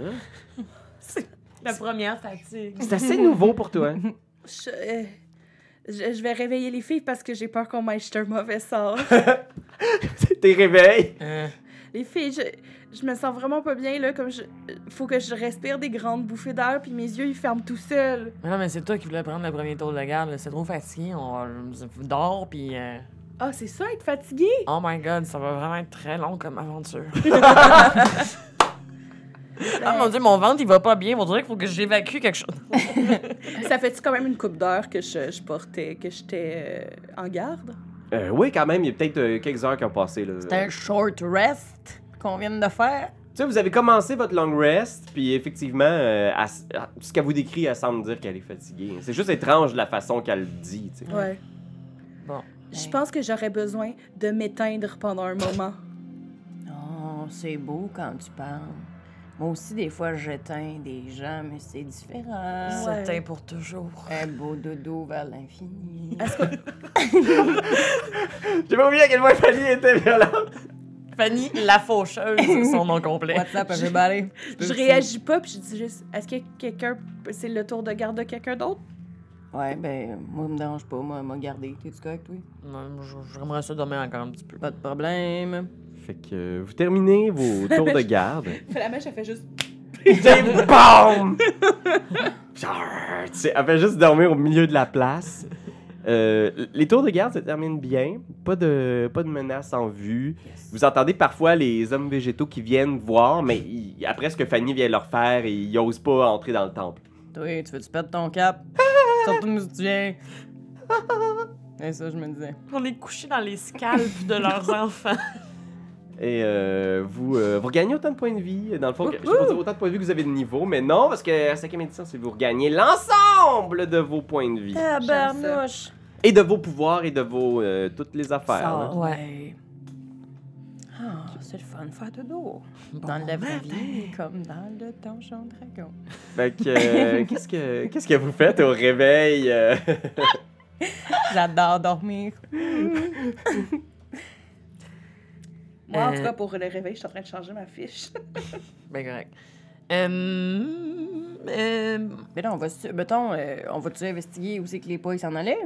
E: La première fatigue.
B: C'est assez nouveau pour toi. hein?
C: je, euh, je, je vais réveiller les filles parce que j'ai peur qu'on m'aille jeter un mauvais sort.
B: T'es réveillé.
E: Euh,
C: les filles, je, je me sens vraiment pas bien, là. Comme je. euh, Faut que je respire des grandes bouffées d'air, puis mes yeux, ils ferment tout seuls.
E: mais non, mais c'est toi qui voulais prendre le premier tour de la garde. là. C'est trop fatigué. On dort, puis. euh,
C: Ah, c'est ça, être fatigué?
E: Oh my god, ça va vraiment être très long comme aventure.
C: Ben,
E: ah mon dieu, mon ventre, il va pas bien. On dirait qu'il faut que j'évacue quelque chose.
C: Ça fait-tu quand même une coupe d'heure que je, je portais, que j'étais euh, en garde?
B: Euh, oui, quand même, il y a peut-être euh, quelques heures qui ont passé. Là.
D: C'est un short rest qu'on vient de faire.
B: Tu sais, vous avez commencé votre long rest, puis effectivement, euh, elle s- ah, ce qu'elle vous décrit, elle semble dire qu'elle est fatiguée. C'est juste étrange la façon qu'elle le dit. tu sais.
C: Ouais.
E: Bon.
C: Je pense que j'aurais besoin de m'éteindre pendant un moment.
F: Oh, c'est beau quand tu parles. Moi aussi, des fois, j'éteins des gens, mais c'est différent.
C: Ouais.
E: C'était pour toujours.
F: Un beau dodo vers l'infini.
B: J'ai pas oublié à quel point Fanny était violente.
E: Fanny la faucheuse, son nom complet.
D: What's up, everybody?
C: Je réagis pas, puis je dis juste est-ce que quelqu'un. C'est le tour de garde de quelqu'un d'autre
F: Ouais, ben, moi, me dérange pas. Moi, m'a gardé. T'es-tu correct, oui?
E: Non, je- J'aimerais ça dormir encore un petit peu.
D: Pas de problème.
B: Fait que euh, vous terminez vos tours de garde.
C: La mèche, elle fait juste.
B: Puis BOUM! Genre, tu sais, elle fait juste dormir au milieu de la place. Euh, les tours de garde se terminent bien. Pas de, pas de menaces en vue. Vous entendez parfois les hommes végétaux qui viennent voir, mais ils- après ce que Fanny vient leur faire, ils osent pas entrer dans le temple.
D: Toi, tu veux-tu perdre ton cap? Surtout nous, tu viens. Et ça, je me disais.
E: On est couchés dans les scalpes de leurs enfants.
B: Et euh, vous, euh, vous regagnez autant de points de vie. Dans le fond, que- je sais pas dire autant de points de vie que vous avez de niveau, mais non, parce que à 5 édition, c'est vous regagnez l'ensemble de vos points de vie.
D: Ah. Tabarnouche!
B: Et de vos pouvoirs et de vos. euh, toutes les affaires. là.
E: Ouais.
D: Ah, c'est le fun de faire dodo.
E: Bon ben,
D: Dans le
E: matin.
D: vrai vie, comme dans le donjon dragon.
B: Fait que, euh, qu'est-ce que qu'est-ce que vous faites au réveil euh,
D: J'adore dormir.
C: Moi, en
E: Euh.
C: tout cas, pour le réveil, je suis en train de changer ma fiche.
E: Ben correct. Euh, euh,
D: Mais là, on va, se- mettons, euh, on va-tu investiguer où c'est que les poils s'en allaient?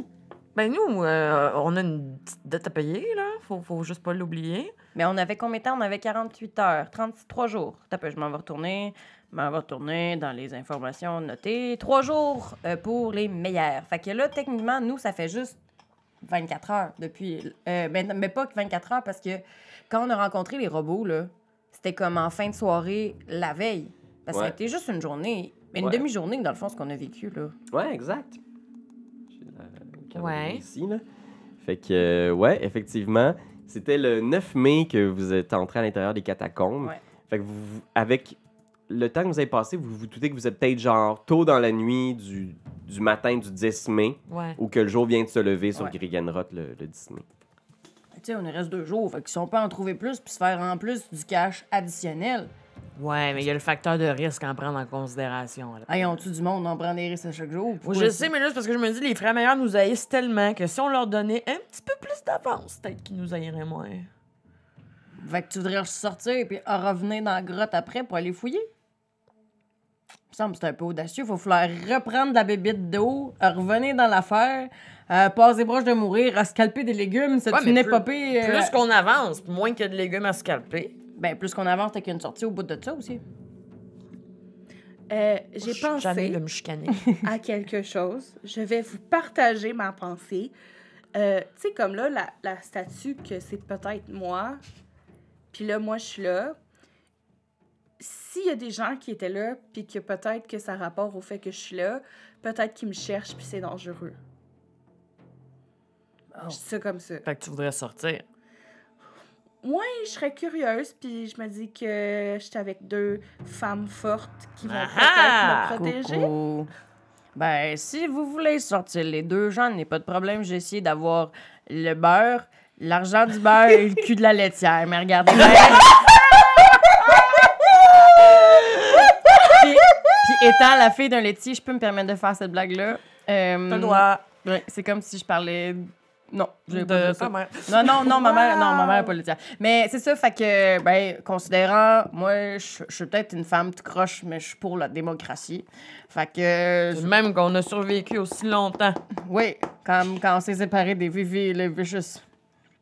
E: ben nous, euh, on a une petite dette à payer, là. Faut, faut juste pas l'oublier.
D: Mais on avait combien de temps? On avait 48 heures, 33 jours. T'as peu, je m'en vais retourner. Je m'en vais retourner dans les informations notées. 3 jours euh, pour les meilleurs. Fait que là, techniquement, nous, ça fait juste 24 heures depuis. euh, ben, mais pas que 24 heures parce que quand on a rencontré les robots, là, c'était comme en fin de soirée la veille. Parce
B: Ouais.
D: que c'était juste une journée. mais Une
B: Ouais.
D: demi-journée, dans le fond, ce qu'on a vécu, là.
B: Ouais, exact. J'ai la calendrier
E: Ouais.
B: Ici là. Fait que euh, ouais, effectivement, c'était le 9 mai que vous êtes entré à l'intérieur des catacombes.
D: Ouais.
B: Fait que vous avec le temps que vous avez passé, vous vous doutez que vous êtes peut-être genre tôt dans la nuit du, du matin du 10 mai
E: Ouais.
B: ou que le jour vient de se lever sur
D: Ouais.
B: Grigan Rock le, le 10 mai.
D: Tu sais, on y reste deux jours. Fait qu'ils sont pas à en trouver plus puis se faire en plus du cash additionnel.
E: Ouais, mais il y a le facteur de risque à en prendre en considération. Là.
D: Hey, on tue du monde, on prend des risques à chaque jour.
E: Oui,
D: Pourquoi
E: je
D: ça?
E: sais, mais là, c'est parce que je me dis, les frères meilleurs nous haïssent tellement que si on leur donnait un petit peu plus d'avance, peut-être qu'ils nous haïraient moins.
D: Fait que tu voudrais ressortir puis revenir dans la grotte après pour aller fouiller? Il me semble que c'est un peu audacieux. Faut falloir reprendre de la bébite d'eau, revenir dans l'affaire, euh, passer proche de mourir, à scalper des légumes, c'est
E: Ouais, mais
D: une
E: plus-
D: épopée. euh,
E: Plus qu'on avance, moins qu'il y a de légumes à scalper.
D: Ben, plus qu'on avance, t'as qu'une sortie au bout de ça aussi.
C: Euh, J'ai
E: Je suis Jamais de
C: pensé
E: me chicaner.
C: à quelque chose. Je vais vous partager ma pensée. Euh, tu sais, comme là, la, la statue que c'est peut-être moi, puis là, moi, je suis là. S'il y a des gens qui étaient là, puis que peut-être que ça a rapport au fait que je suis là, peut-être qu'ils me cherchent, puis c'est dangereux. Je dis ça comme ça.
E: fait que tu voudrais sortir.
C: Ouais, je serais curieuse, puis je me dis que je suis avec deux femmes fortes qui vont
E: Ah!
C: peut-être me protéger.
D: Coucou. Ben, si vous voulez sortir les deux gens, n'est pas de problème. J'ai essayé d'avoir le beurre, l'argent du beurre et le cul de la laitière. Mais regardez bien. puis, puis étant la fille d'un laitier, je peux me permettre de faire cette blague-là. Euh,
E: T'as le droit
D: ouais, c'est comme si je parlais... Non, je vais pas
E: de
D: dire ça.
E: ta mère.
D: Non, non, non, ma mère, non, ma mère est pas laitière. Mais c'est ça, fait que, ben, considérant, moi, je je suis peut-être une femme de croche, mais je suis pour la démocratie. Fait que,
E: C'est le Même qu'on a survécu aussi longtemps.
D: oui, comme quand on s'est séparés des Vivi et les Vicious.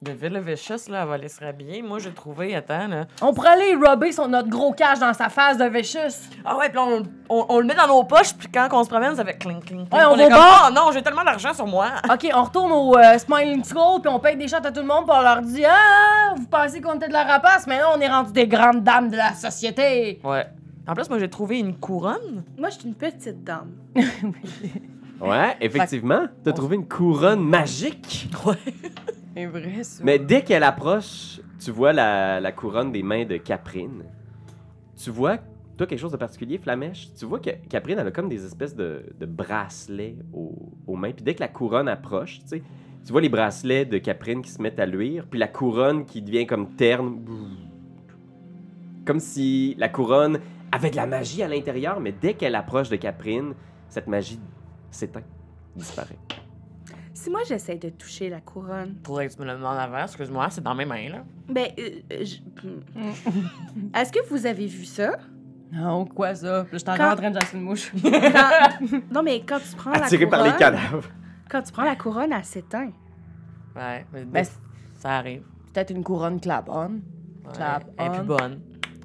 E: De Ville Vicious, là, elle va aller se rhabiller. Moi, j'ai trouvé, attends, là.
D: On pourrait aller robber son, notre gros cash dans sa face de Vicious.
E: Ah ouais, puis là, on, on- on le met dans nos poches, puis quand on se promène, ça fait clink, clink, clink.
D: Ouais, on
E: est
D: va au
E: comme,
D: bar.
E: oh non, j'ai tellement d'argent sur moi.
D: OK, on retourne au euh, Smiling Skull, puis on paye des shots à tout le monde, puis on leur dit « Ah, vous pensez qu'on était de la rapace? Mais non, on est rendu des grandes dames de la société.
E: Ouais. En plus, moi, j'ai trouvé une couronne.
C: Moi, je suis une petite dame.
B: Ouais, effectivement, t'as trouvé une couronne magique.
E: Ouais. »
D: C'est vrai, ça.
B: Mais dès qu'elle approche, tu vois la, la couronne des mains de Caprine. Tu vois, toi, quelque chose de particulier, Flamèche. Tu vois que Caprine, elle a comme des espèces de, de bracelets aux, aux mains. Puis dès que la couronne approche, tu sais, tu vois les bracelets de Caprine qui se mettent à luire. Puis la couronne qui devient comme terne. Comme si la couronne avait de la magie à l'intérieur, mais dès qu'elle approche de Caprine, cette magie s'éteint, disparaît.
C: Si moi, j'essaie de toucher la couronne,
E: Faudrait que tu me le demandes avant, excuse-moi, c'est dans mes mains, là.
C: ben, euh, euh, je- est-ce que vous avez vu ça?
D: Non, quoi ça? Puis Je t'entends
C: Quand-
D: en train de chasser une mouche.
C: Quand- Non, mais quand tu prends Ah, la
B: Attiré
C: couronne...
B: par les cadavres.
C: Quand tu prends la couronne, elle s'éteint.
E: Ouais, mais
D: Ben,
E: ça arrive.
D: Peut-être une couronne clap-on.
E: Ouais.
D: Clap
E: Elle est plus
D: on.
E: bonne.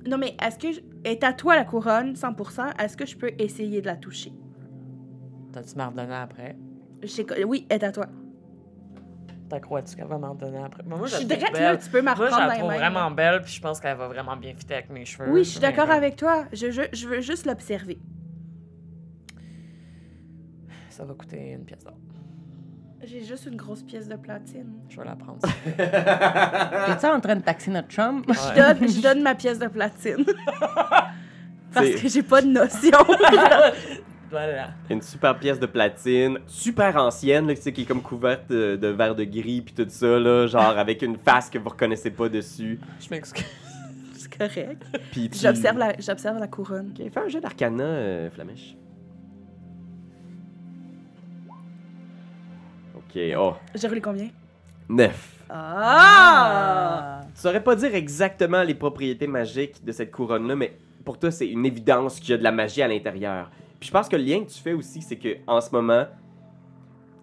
C: Non, mais est-ce que... je- Est à toi la couronne, 100%, est-ce que je peux essayer de la toucher?
E: T'as-tu m'ordonné après?
C: Je sais- Oui, est à toi.
E: T'as crois-tu qu'elle va m'ordonner après? Moi,
C: Je
E: la
C: suis
E: trouve
C: direct là,
E: belle.
C: tu peux m'en
E: Moi, je
C: reprendre dans
E: la
C: les
E: trouve
C: mains.
E: vraiment belle, puis je pense qu'elle va vraiment bien fitter avec mes cheveux.
C: Oui, je suis
E: bien
C: d'accord
E: belle.
C: avec toi. Je, je- je veux juste l'observer.
E: Ça va coûter une pièce d'or.
C: J'ai juste une grosse pièce de platine.
E: Je vais la prendre.
D: T'es-tu en train de taxer notre chum?
E: Ouais.
C: Je donne, je donne ma pièce de platine. Parce
B: C'est-
C: que j'ai pas de notion.
E: Voilà.
B: Une super pièce de platine, super ancienne, là, tu sais, qui est comme couverte de, de verre de gris, puis tout ça, là, genre avec une face que vous reconnaissez pas dessus.
E: Je m'excuse.
C: C'est correct.
B: Puis tu...
C: J'observe la, j'observe la couronne.
B: Ok, fais un jeu d'arcana, euh, Flamèche. Ok, oh,
C: J'ai roulé combien?
B: neuf.
C: Ah!
B: Tu saurais pas dire exactement les propriétés magiques de cette couronne-là, mais pour toi, c'est une évidence qu'il y a de la magie à l'intérieur. Puis je pense que le lien que tu fais aussi, c'est que en ce moment,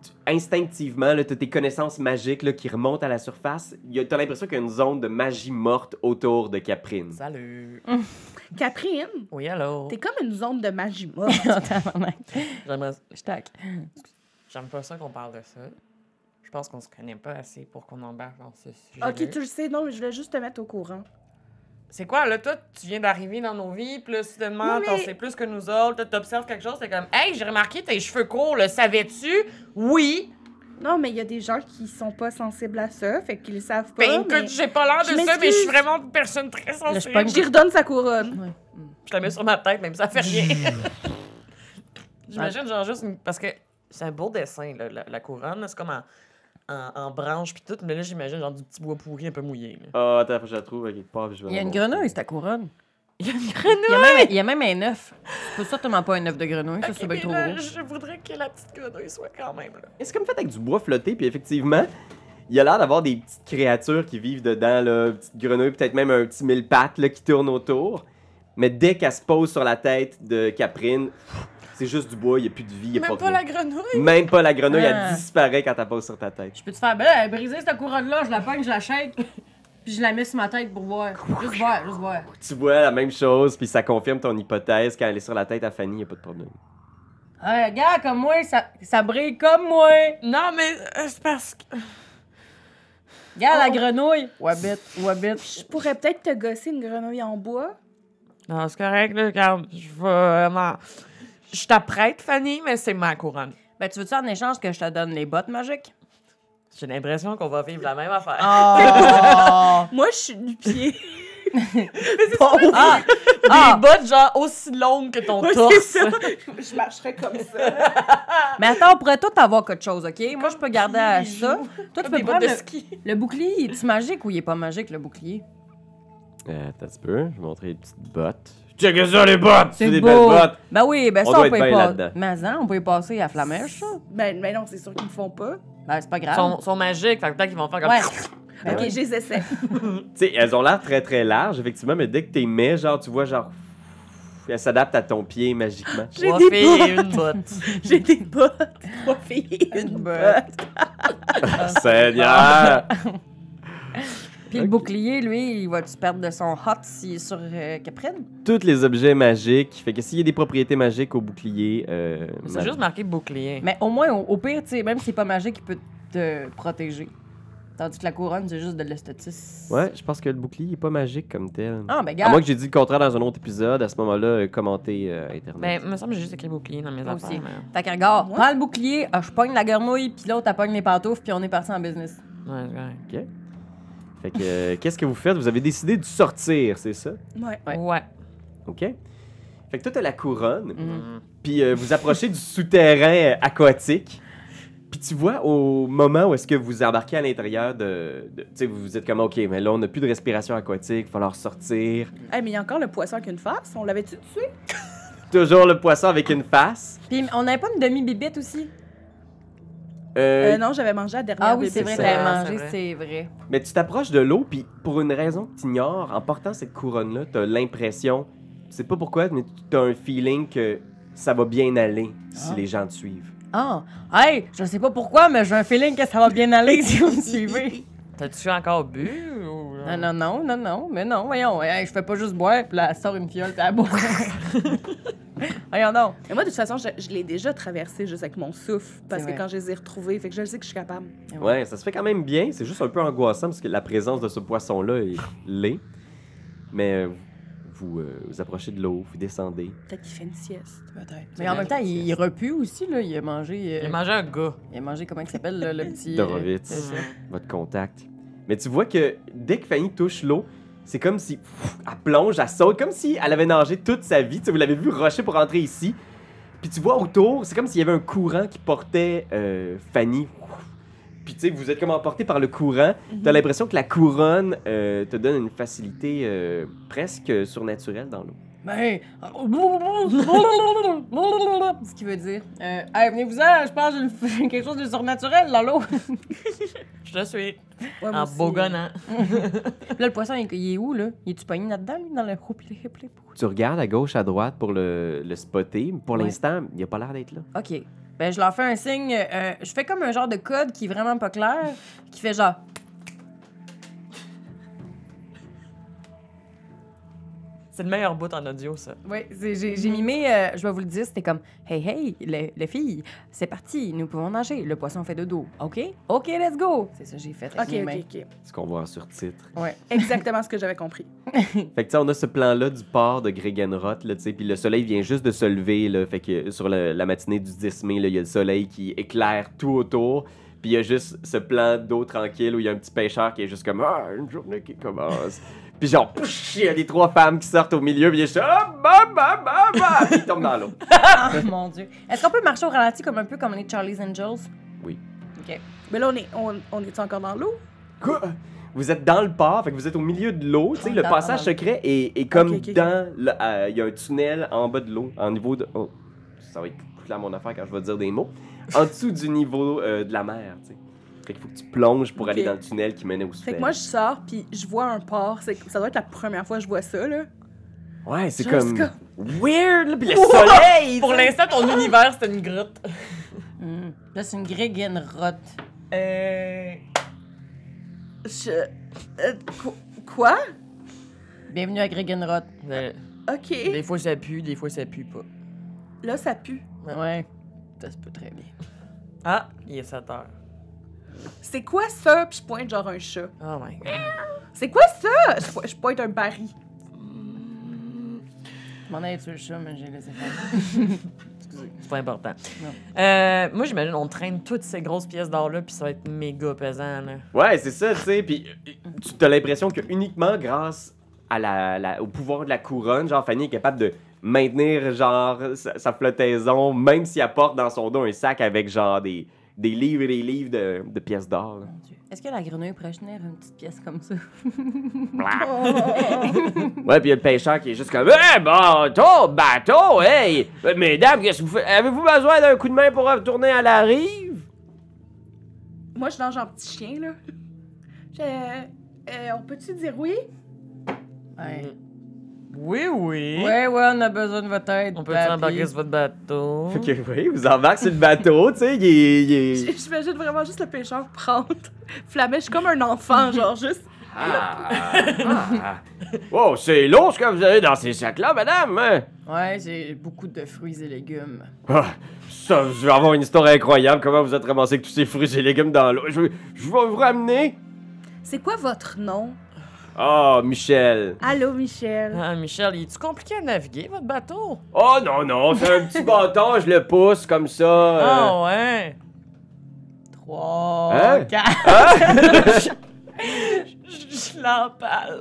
B: tu- instinctivement, là, t'as tes connaissances magiques là, qui remontent à la surface. Y a- T'as l'impression qu'il y a une zone de magie morte autour de Caprine.
E: Salut.
C: Caprine,
E: Oui, allô.
C: t'es comme une zone de magie morte.
E: J'aimerais.
D: Je tac.
E: J'aime pas ça qu'on parle de ça. Je pense qu'on se connaît pas assez pour qu'on embarque dans ce sujet.
C: ok, tu le sais, non, mais je voulais juste te mettre au courant.
E: C'est quoi, là, toi, tu viens d'arriver dans nos vies, puis là, soudainement,
C: Oui, mais-
E: t'en sais plus que nous autres, là, t'observes quelque chose, t'es comme, hey, j'ai remarqué tes cheveux courts, le savais-tu? Oui!
C: Non, mais il y a des gens qui sont pas sensibles à ça, fait qu'ils le savent pas.
E: Ben,
C: mais
E: écoute, j'ai pas l'air
C: Je
E: de ça, mais je suis
C: m'excuse.
E: vraiment une personne très sensible.
C: J'y redonne sa couronne.
E: Je la mets sur ma tête, même ça fait rien. J'imagine, genre, juste. une- Parce que c'est un beau dessin, là, la, la couronne. là, C'est comme en, en, en branche, puis tout. Mais là, j'imagine, genre, du petit bois pourri un peu mouillé. là.
B: Ah, attends, faut que je la trouve à quelque part. puis je vais
D: Il y
B: la
D: a une
B: montrer.
D: grenouille, c'est ta couronne.
E: Il y a une grenouille.
D: Il y a même, il y a même un œuf. C'est pas certainement pas un œuf de grenouille, ça, c'est bien
E: Ok, mais
D: trop
E: là,
D: gros.
E: je voudrais que la petite grenouille soit quand même là.
B: Et C'est comme fait avec du bois flotté, puis effectivement, il y a l'air d'avoir des petites créatures qui vivent dedans, là, une petite grenouille, peut-être même un petit mille pattes là, qui tourne autour. Mais dès qu'elle se pose sur la tête de Caprine, c'est juste du bois, il n'y a plus de vie, il n'y a
E: Même
B: pas,
E: pas
B: rien.
E: la grenouille.
B: Même pas la grenouille,
D: Ah.
B: elle disparaît quand elle pose sur ta tête.
D: Je peux te faire, ben là, briser cette couronne-là, je la pogne, je la shake, puis je la mets sur ma tête pour voir. Juste voir, juste voir.
B: Tu vois la même chose, puis ça confirme ton hypothèse. Quand elle est sur la tête à Fanny, il n'y a pas de problème.
D: Ah, regarde, comme moi, ça, ça brille comme moi.
E: Non, mais euh, c'est parce que.
D: Regarde la grenouille. Wabbit, wabbit.
C: Je pourrais peut-être te gosser une grenouille en bois.
E: Non, c'est correct, là, regarde, je vais vraiment. Je t'apprête, Fanny, mais c'est ma couronne.
D: Ben, tu veux-tu en échange que je te donne les bottes magiques?
E: J'ai l'impression qu'on va vivre la même affaire.
D: Oh!
C: Moi, je suis du pied.
E: Ah, des
D: Ah!
E: bottes, genre, aussi longues que ton
C: Moi, c'est
E: torse.
C: ça. je marcherais comme ça.
D: Mais attends, on pourrait tout avoir quelque chose, OK? Moi, je peux garder à ça. Toi, tu
E: Comme
D: peux
E: des bottes
D: prendre
E: de
D: le,
E: ski.
D: le bouclier. est tu magique ou il est pas magique, le bouclier?
B: Euh, attends un petit peu, je vais montrer les petites bottes. Check ça, les bottes!
D: C'est
B: des
D: beau.
B: belles bottes!
D: Ben oui, ben
B: On
D: ça,
B: doit
D: on peut
B: être
D: y
B: bien
D: passer.
B: là-dedans.
D: Mais hein, on peut y passer à flamèche, ça.
C: Ben, ben non, c'est sûr qu'ils me font pas.
D: Ben, c'est pas
E: Ils
D: grave.
E: sont, sont magiques, fait que peut-être qu'ils vont faire comme.
D: Ouais.
B: Ah
C: ok, je les essaie.
B: Tu sais, elles ont l'air très très larges, effectivement, mais dès que t'es mets, genre, tu vois, genre. Elles s'adaptent à ton pied magiquement.
C: J'ai
E: Trois
C: des
E: filles et une botte.
C: J'ai des bottes. Trois filles, et une botte.
B: Seigneur!
D: Puis le bouclier, lui, il va-tu perdre de son hot s'il est sur euh, Caprine?
B: Tous les objets magiques. Fait que s'il y a des propriétés magiques au bouclier. euh,
E: C'est
B: ma-
E: juste marqué bouclier.
D: Mais au moins, au, au pire, tu sais, même s'il est pas magique, il peut te protéger. Tandis que la couronne, c'est juste de l'esthétisme.
B: Ouais, je pense que le bouclier est pas magique comme tel.
D: Ah, ben,
B: à
D: gars.
B: moins que j'ai dit le contraire dans un autre épisode, à ce moment-là, euh, commentez euh, Internet.
E: Ben, il me semble que j'ai juste écrit bouclier dans mes
D: Moi
E: affaires.
D: aussi.
E: mais-
D: Fait que regarde,
C: Ouais.
D: prends le bouclier, ah, je pogne la grenouille, puis l'autre, elle pogne les pantoufles, puis on est parti en business.
E: Ouais, c'est correct.
B: Fait que, euh, qu'est-ce que vous faites? Vous avez décidé de sortir, c'est ça?
C: Ouais.
D: Ouais.
E: Ouais.
B: OK? Fait que toi, t'as la couronne.
D: Mhm.
E: Mm.
B: puis euh, vous approchez du souterrain euh, aquatique. Puis tu vois, au moment où est-ce que vous embarquez à l'intérieur de... de- tu sais, vous vous êtes comme, OK, mais là, on n'a plus de respiration aquatique, il va falloir sortir.
C: Hey, mais il y a encore le poisson avec une face. On l'avait-tu tué?
B: Toujours le poisson avec une face.
D: Puis on n'avait pas une demi-bibite aussi?
B: Euh,
C: Euh, non, j'avais mangé la dernière.
D: Ah oui,
C: bébé. Euh,
D: c'est vrai,
B: ça.
D: t'avais
E: Ah,
D: mangé, c'est
E: c'est
D: vrai.
B: Mais tu t'approches de l'eau, puis pour une raison que tu ignores, en portant cette couronne-là, tu as l'impression, tu sais pas pourquoi, mais tu as un feeling que ça va bien aller si
D: Ah.
B: les gens te suivent.
D: Ah, hey, je sais pas pourquoi, mais j'ai un feeling que ça va bien aller si vous me suivez.
E: T'as-tu encore bu ou.
D: non, non, non, non, non, mais non, voyons, hey, je fais pas juste boire, puis là, elle sort une fiole, puis elle boit. voyons donc.
C: Mais moi, de toute façon, je, je l'ai déjà traversé juste avec mon souffle. Parce
D: C'est
C: que
D: vrai.
C: quand je les ai retrouvés, fait que je le sais que je suis capable.
B: Ouais, ça se fait quand même bien. C'est juste un peu angoissant parce que la présence de ce poisson-là est laid. Mais euh, vous, euh, vous approchez de l'eau, vous descendez.
C: Peut-être qu'il fait une sieste.
D: Mais en même temps, il, il repue aussi, là, il a mangé, euh,
E: J'ai mangé un gars. Mm.
D: il a mangé, comment il s'appelle, là, le petit... euh,
B: Dorovitz, votre contact. Mais tu vois que dès que Fanny touche l'eau, c'est comme si pff, elle plonge, elle saute, comme si elle avait nagé toute sa vie. Tu sais, vous l'avez vu rocher pour rentrer ici. Puis tu vois autour, c'est comme s'il y avait un courant qui portait euh, Fanny. Puis tu sais, vous êtes comme emporté par le courant. T'as l'impression que la couronne euh, te donne une facilité euh, presque surnaturelle dans l'eau.
D: Ben, euh, ce qui veut dire, euh, hey, venez-vous-en, je pense que j'ai une- quelque chose de surnaturel dans l'eau.
E: Je te suis.
D: Ah,
C: Ouais, moi
E: En
C: aussi.
E: beau gonnant.
D: là, le poisson, il, il est où, là? Il est-tu pogné là-dedans, lui, dans le hop, hip, hip, hip?
B: Tu regardes à gauche, à droite pour le, le spotter. Pour
D: Ouais.
B: l'instant, il a pas l'air d'être là.
D: OK. Ben, je leur fais un signe, euh, je fais comme un genre de code qui est vraiment pas clair, qui fait genre...
E: C'est le meilleur bout en audio, ça.
D: Oui, j'ai j'ai mimé, euh, je vais vous le dire, c'était comme Hey, hey, les, les filles, c'est parti, nous pouvons nager, le poisson fait dodo, OK? OK, let's go! C'est ça que j'ai fait. avec
C: Ok,
D: mes mains.
C: ok, ok.
B: Ce qu'on voit en surtitre.
C: Exactement ce que j'avais compris.
B: Fait que tu sais, on a ce plan-là du port de Gregenroth, là, tu sais, puis le soleil vient juste de se lever, là, fait que sur le- la matinée du 10 mai, là, il y a le soleil qui éclaire tout autour, puis il y a juste ce plan d'eau tranquille où il y a un petit pêcheur qui est juste comme « Ah, une journée qui commence! » Puis genre, psh, il y a les trois femmes qui sortent au milieu, puis il est juste, ah, bah, bah, bah, bah, puis il tombe dans l'eau.
D: Ah, mon Dieu. Est-ce qu'on peut marcher au ralenti comme un peu comme les Charlie's Angels?
C: Mais là, on est on, on est encore dans l'eau?
B: Quoi? Vous êtes dans le port, fait que vous êtes au milieu de l'eau, tu sais, le
D: Dans-
B: passage
D: dans-
B: secret est, est comme
C: Ok, ok, ok.
B: dans, le- euh, il y a un tunnel en bas de l'eau, en niveau de, oh, ça va être clair mon affaire quand je vais dire des mots, en dessous du niveau euh, de la mer, tu sais. Fait qu'il faut que tu plonges pour
C: Ok.
B: aller dans le tunnel qui menait au sud.
C: Fait que moi, je sors, puis je vois un port. C'est- Ça doit être la première fois que je vois ça, là.
B: Ouais, c'est
C: Juste
B: comme
C: que-
B: weird, là, puis le soleil.
E: Pour l'instant, ton univers, c'était une grotte.
D: Hmm. Là, c'est une grille et une rotte.
E: Euh...
C: Je... euh, qu- quoi?
D: Bienvenue à Greg and Rot.
C: OK.
E: Des fois, ça pue, des fois, ça pue pas.
C: Là, ça pue.
D: Ouais. Ça se peut très bien.
E: Ah, il est 7 heures.
C: C'est quoi ça? Puis je pointe genre un chat.
E: Oh my god.
C: C'est quoi ça? Je, po- je pointe un baril.
D: Je m'en allais tuer le chat, mais j'ai laissé faire.
E: C'est pas important.
D: Non.
E: Euh, moi, j'imagine, on traîne toutes ces grosses pièces d'or-là, puis ça va être méga pesant, là.
B: Ouais, c'est ça, tu sais. Puis euh, tu as l'impression que uniquement grâce à la, la- au pouvoir de la couronne, genre Fanny est capable de maintenir genre sa, sa flottaison, même si elle porte dans son dos un sac avec genre des, des livres et des livres de, de pièces d'or. là.
D: Mon Dieu. Est-ce que la grenouille pourrait tenir une petite pièce comme ça?
B: Ouais, puis il y a le pêcheur qui est juste comme Eh, bateau, bateau, hey Euh, Mesdames, qu'est-ce que vous faites Avez-vous besoin d'un coup de main pour retourner à la rive
C: Moi, je nage en petit chien, là. Je- euh, on peut-tu dire oui?
D: Ouais.
E: Oui, oui.
D: Ouais, ouais, on a besoin de votre aide.
E: On peut
D: papy.
E: embarquer sur votre bateau.
B: Fait que oui, vous embarquez sur le bateau, tu sais, il est. il est-
C: J- J'imagine vraiment juste le pêcheur prendre. Flamèche, je suis comme un enfant, genre juste.
B: Ah, ah. Wow, c'est lourd ce que vous avez dans ces sacs-là, madame! hein?
D: Ouais, j'ai beaucoup de fruits et légumes.
B: Ah, ça, je vais avoir une histoire incroyable, comment vous êtes ramassé avec tous ces fruits et légumes dans l'eau. Je, vais- je vais vous ramener!
C: C'est quoi votre nom?
B: Oh, Michel!
C: Allô, Michel.
E: Ah, Michel, est-tu compliqué à naviguer, votre bateau?
B: Oh non, non, c'est un petit bâton, je le pousse comme ça.
E: Ah,
B: euh.
E: ouais.
D: Trois,
B: Hein?
D: quatre.
E: Je, je l'empale.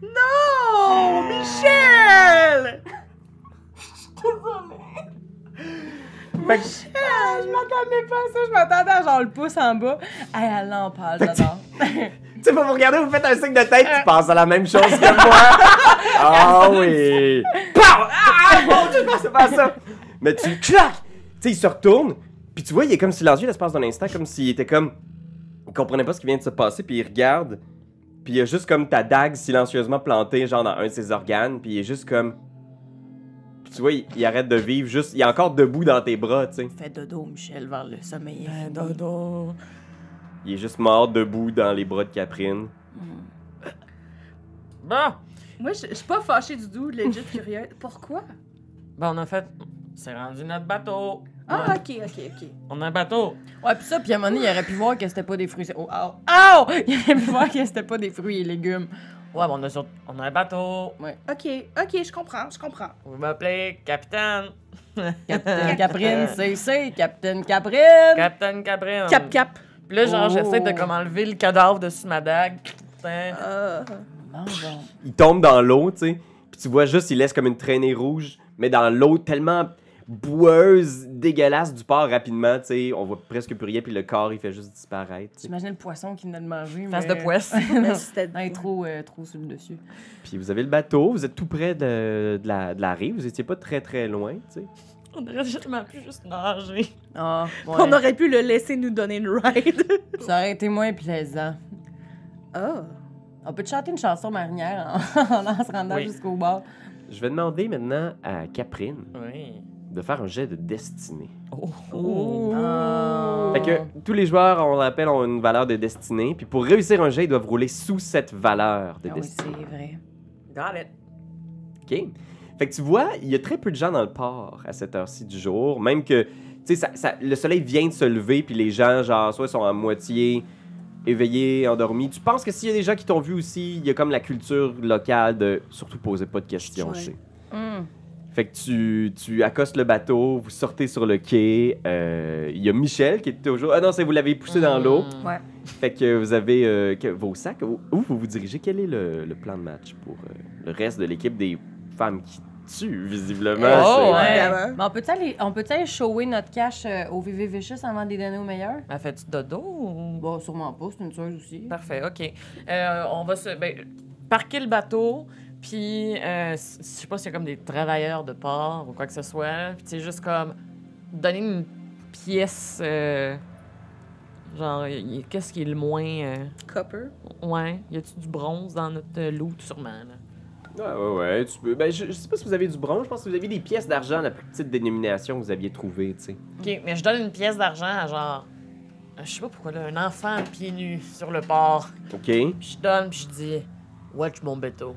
C: Oh, Michel!
D: Ah, je m'attendais pas à ça. Je m'attendais à genre le pouce en bas. Hey, elle en parle, j'adore.
B: Tu sais, vous me regardez, vous faites un signe de tête, tu penses à la même chose que moi. Ah oui. Pow! Ah, mon Dieu, je pensais pas à ça. Mais tu claques. Tu sais, il se retourne, puis tu vois, il est comme silencieux l'espace d'un instant, comme s'il était comme. Il comprenait pas ce qui vient de se passer, puis il regarde, puis il y a juste comme ta dague silencieusement plantée, genre dans un de ses organes, puis il est juste comme. Puis tu vois, il, il arrête de vivre, juste. Il est encore debout dans tes bras, tu sais.
D: Fais dodo, Michel, vers le sommeil.
E: Ben, dodo.
B: Il est juste mort debout dans les bras de Caprine.
E: Bon.
C: Moi, je je suis pas fâchée du tout, legit curieux. Pourquoi?
E: Ben, on a fait... C'est rendu notre bateau.
C: Ah, ok, ok, ok.
E: On a un bateau.
D: Ouais, pis ça, pis à un moment donné, il aurait pu voir que c'était pas des fruits. Oh, oh, oh! Il aurait pu voir que c'était pas des fruits et légumes.
E: Ouais, ben, on a, sur- on a un bateau.
C: Ok, ok, je comprends, je comprends.
E: Vous m'appelez Capitaine.
D: Capitaine Caprine, c'est, c'est, Capitaine Caprine!
E: Capitaine Caprine.
C: Cap, cap.
E: Puis là, genre,
D: Oh.
E: j'essaie de comme enlever le cadavre dessus ma dague. Putain.
C: Euh,
D: Bon, bon.
B: il tombe dans l'eau, tu sais. Puis tu vois juste, il laisse comme une traînée rouge, mais dans l'eau tellement boueuse, dégueulasse du port rapidement, tu sais. On voit presque plus rien, puis le corps, il fait juste disparaître, tu sais.
D: J'imagine le poisson qui venait de manger.
E: Face
D: mais-
E: de poisse.
C: mais c'était
D: Non, il est trop, euh, trop sur le dessus.
B: Puis vous avez le bateau, vous êtes tout près de, de la, de la rive, vous étiez pas très très loin, tu sais.
E: On aurait justement pu juste nager.
D: Ah, ouais.
C: On aurait pu le laisser nous donner une ride.
D: Ça aurait été moins plaisant.
C: Oh.
D: On peut te chanter une chanson marinière en, en, en se rendant
E: Oui.
D: jusqu'au bord.
B: Je vais demander maintenant à Caprine
E: Oui.
B: de faire un jet de destinée.
E: Oh.
D: Ah.
B: Fait
D: Oh.
B: que tous les joueurs, on l'appelle, ont une valeur de destinée, puis pour réussir un jet, ils doivent rouler sous cette valeur de
D: Ah oui,
B: destinée.
D: c'est vrai.
E: Got it.
B: OK. Fait que tu vois, il y a très peu de gens dans le port à cette heure-ci du jour. Même que, tu sais, ça- ça- le soleil vient de se lever, puis les gens, genre, soit sont à moitié éveillés, endormis. Tu penses que s'il y a des gens qui t'ont vu aussi, il y a comme la culture locale de surtout poser pas de questions,
C: Ouais.
B: tu sais.
D: Hum.
B: Fait que tu, tu accostes le bateau, vous sortez sur le quai. euh, Il y a Michel qui est toujours. Ah non, c'est vous l'avez poussé dans l'eau.
E: Mm.
D: Ouais.
B: Fait que vous avez euh, que- vos sacs. Où où vous vous dirigez? Quel est le, le plan de match pour euh, le reste de l'équipe des femmes qui tuent, visiblement? C'est-
E: Oh, ouais.
D: Mais on peut-tu aller, on peut aller shower notre cash euh, au VV Vicious avant de les donner au meilleur?
E: Elle fait-tu Bah, dodo ou-
D: Bah, sûrement pas, c'est une tueuse aussi.
E: Parfait, OK. Euh, on va se. ben, parquer le bateau, puis euh, s- je sais pas s'il y a comme des travailleurs de port ou quoi que ce soit. Puis c'est juste comme donner une pièce. euh, genre, y- y- qu'est-ce qui est le moins. euh,
C: Copper.
E: ouais, y a-tu du bronze dans notre euh, loot, sûrement, là?
B: Ouais, ouais, ouais, tu peux. Ben, je, je sais pas si vous avez du bronze, je pense que vous aviez des pièces d'argent, la plus petite dénomination que vous aviez trouvée, tu sais.
E: OK, mais je donne une pièce d'argent à genre. euh, Je sais pas pourquoi, là, un enfant pieds nus sur le port.
B: OK?
E: Puis je donne, puis je dis, watch mon bateau.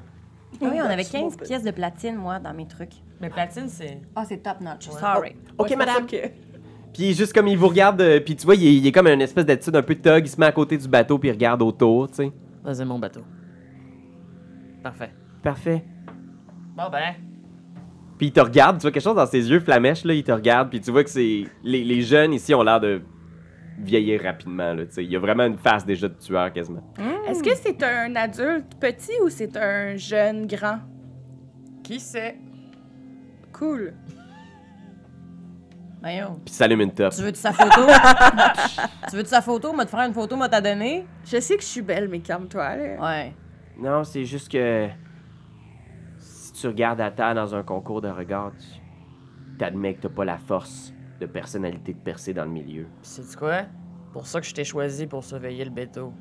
D: Ah oui, on avait
C: Absolument
D: 15
C: pas.
D: pièces de platine, moi, dans mes trucs.
E: Mais platine, c'est.
D: Ah, c'est top notch. Oh,
E: Ouais.
D: Sorry.
B: OK, madame!
C: Ok.
B: Puis juste comme il vous regarde, euh, puis tu vois, il est, il est comme une espèce d'attitude un peu thug, il se met à côté du bateau, puis il regarde autour, tu sais.
E: Vas-y, mon bateau. Parfait.
B: Parfait.
E: Bon, ben.
B: Puis il te regarde, tu vois quelque chose dans ses yeux flamèches, là, il te regarde, puis tu vois que c'est. Les, les jeunes ici ont l'air de vieillir rapidement, là, tu sais. Il y a vraiment une face déjà de tueur quasiment.
C: Est-ce que c'est un adulte petit ou c'est un jeune grand?
E: Qui c'est?
C: Cool.
D: Voyons.
B: Puis il s'allume une top.
D: Tu veux de sa photo? tu veux de sa photo? Moi, te faire une photo, moi, t'a donné?
C: Je sais que je suis belle, mais calme-toi. là.
D: Ouais.
B: Non, c'est juste que. Si tu regardes à terre dans un concours de regard, tu. T'admets que t'as pas la force de personnalité de percer dans le milieu.
E: C'est quoi? Pour ça que je t'ai choisi pour surveiller le bateau.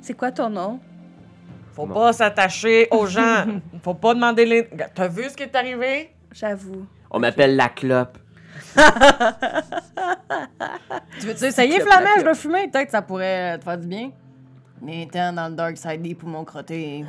C: C'est quoi ton nom?
E: Faut
B: Non.
E: pas s'attacher aux gens. Faut pas demander les. T'as vu ce qui est arrivé?
C: J'avoue.
B: On m'appelle la clope.
D: Tu veux-tu essayer,
C: Clop,
D: Flamèche,
C: clop.
D: de fumer? Peut-être que ça pourrait euh, te faire du bien. Mais t'es dans le dark side des poumons crottés.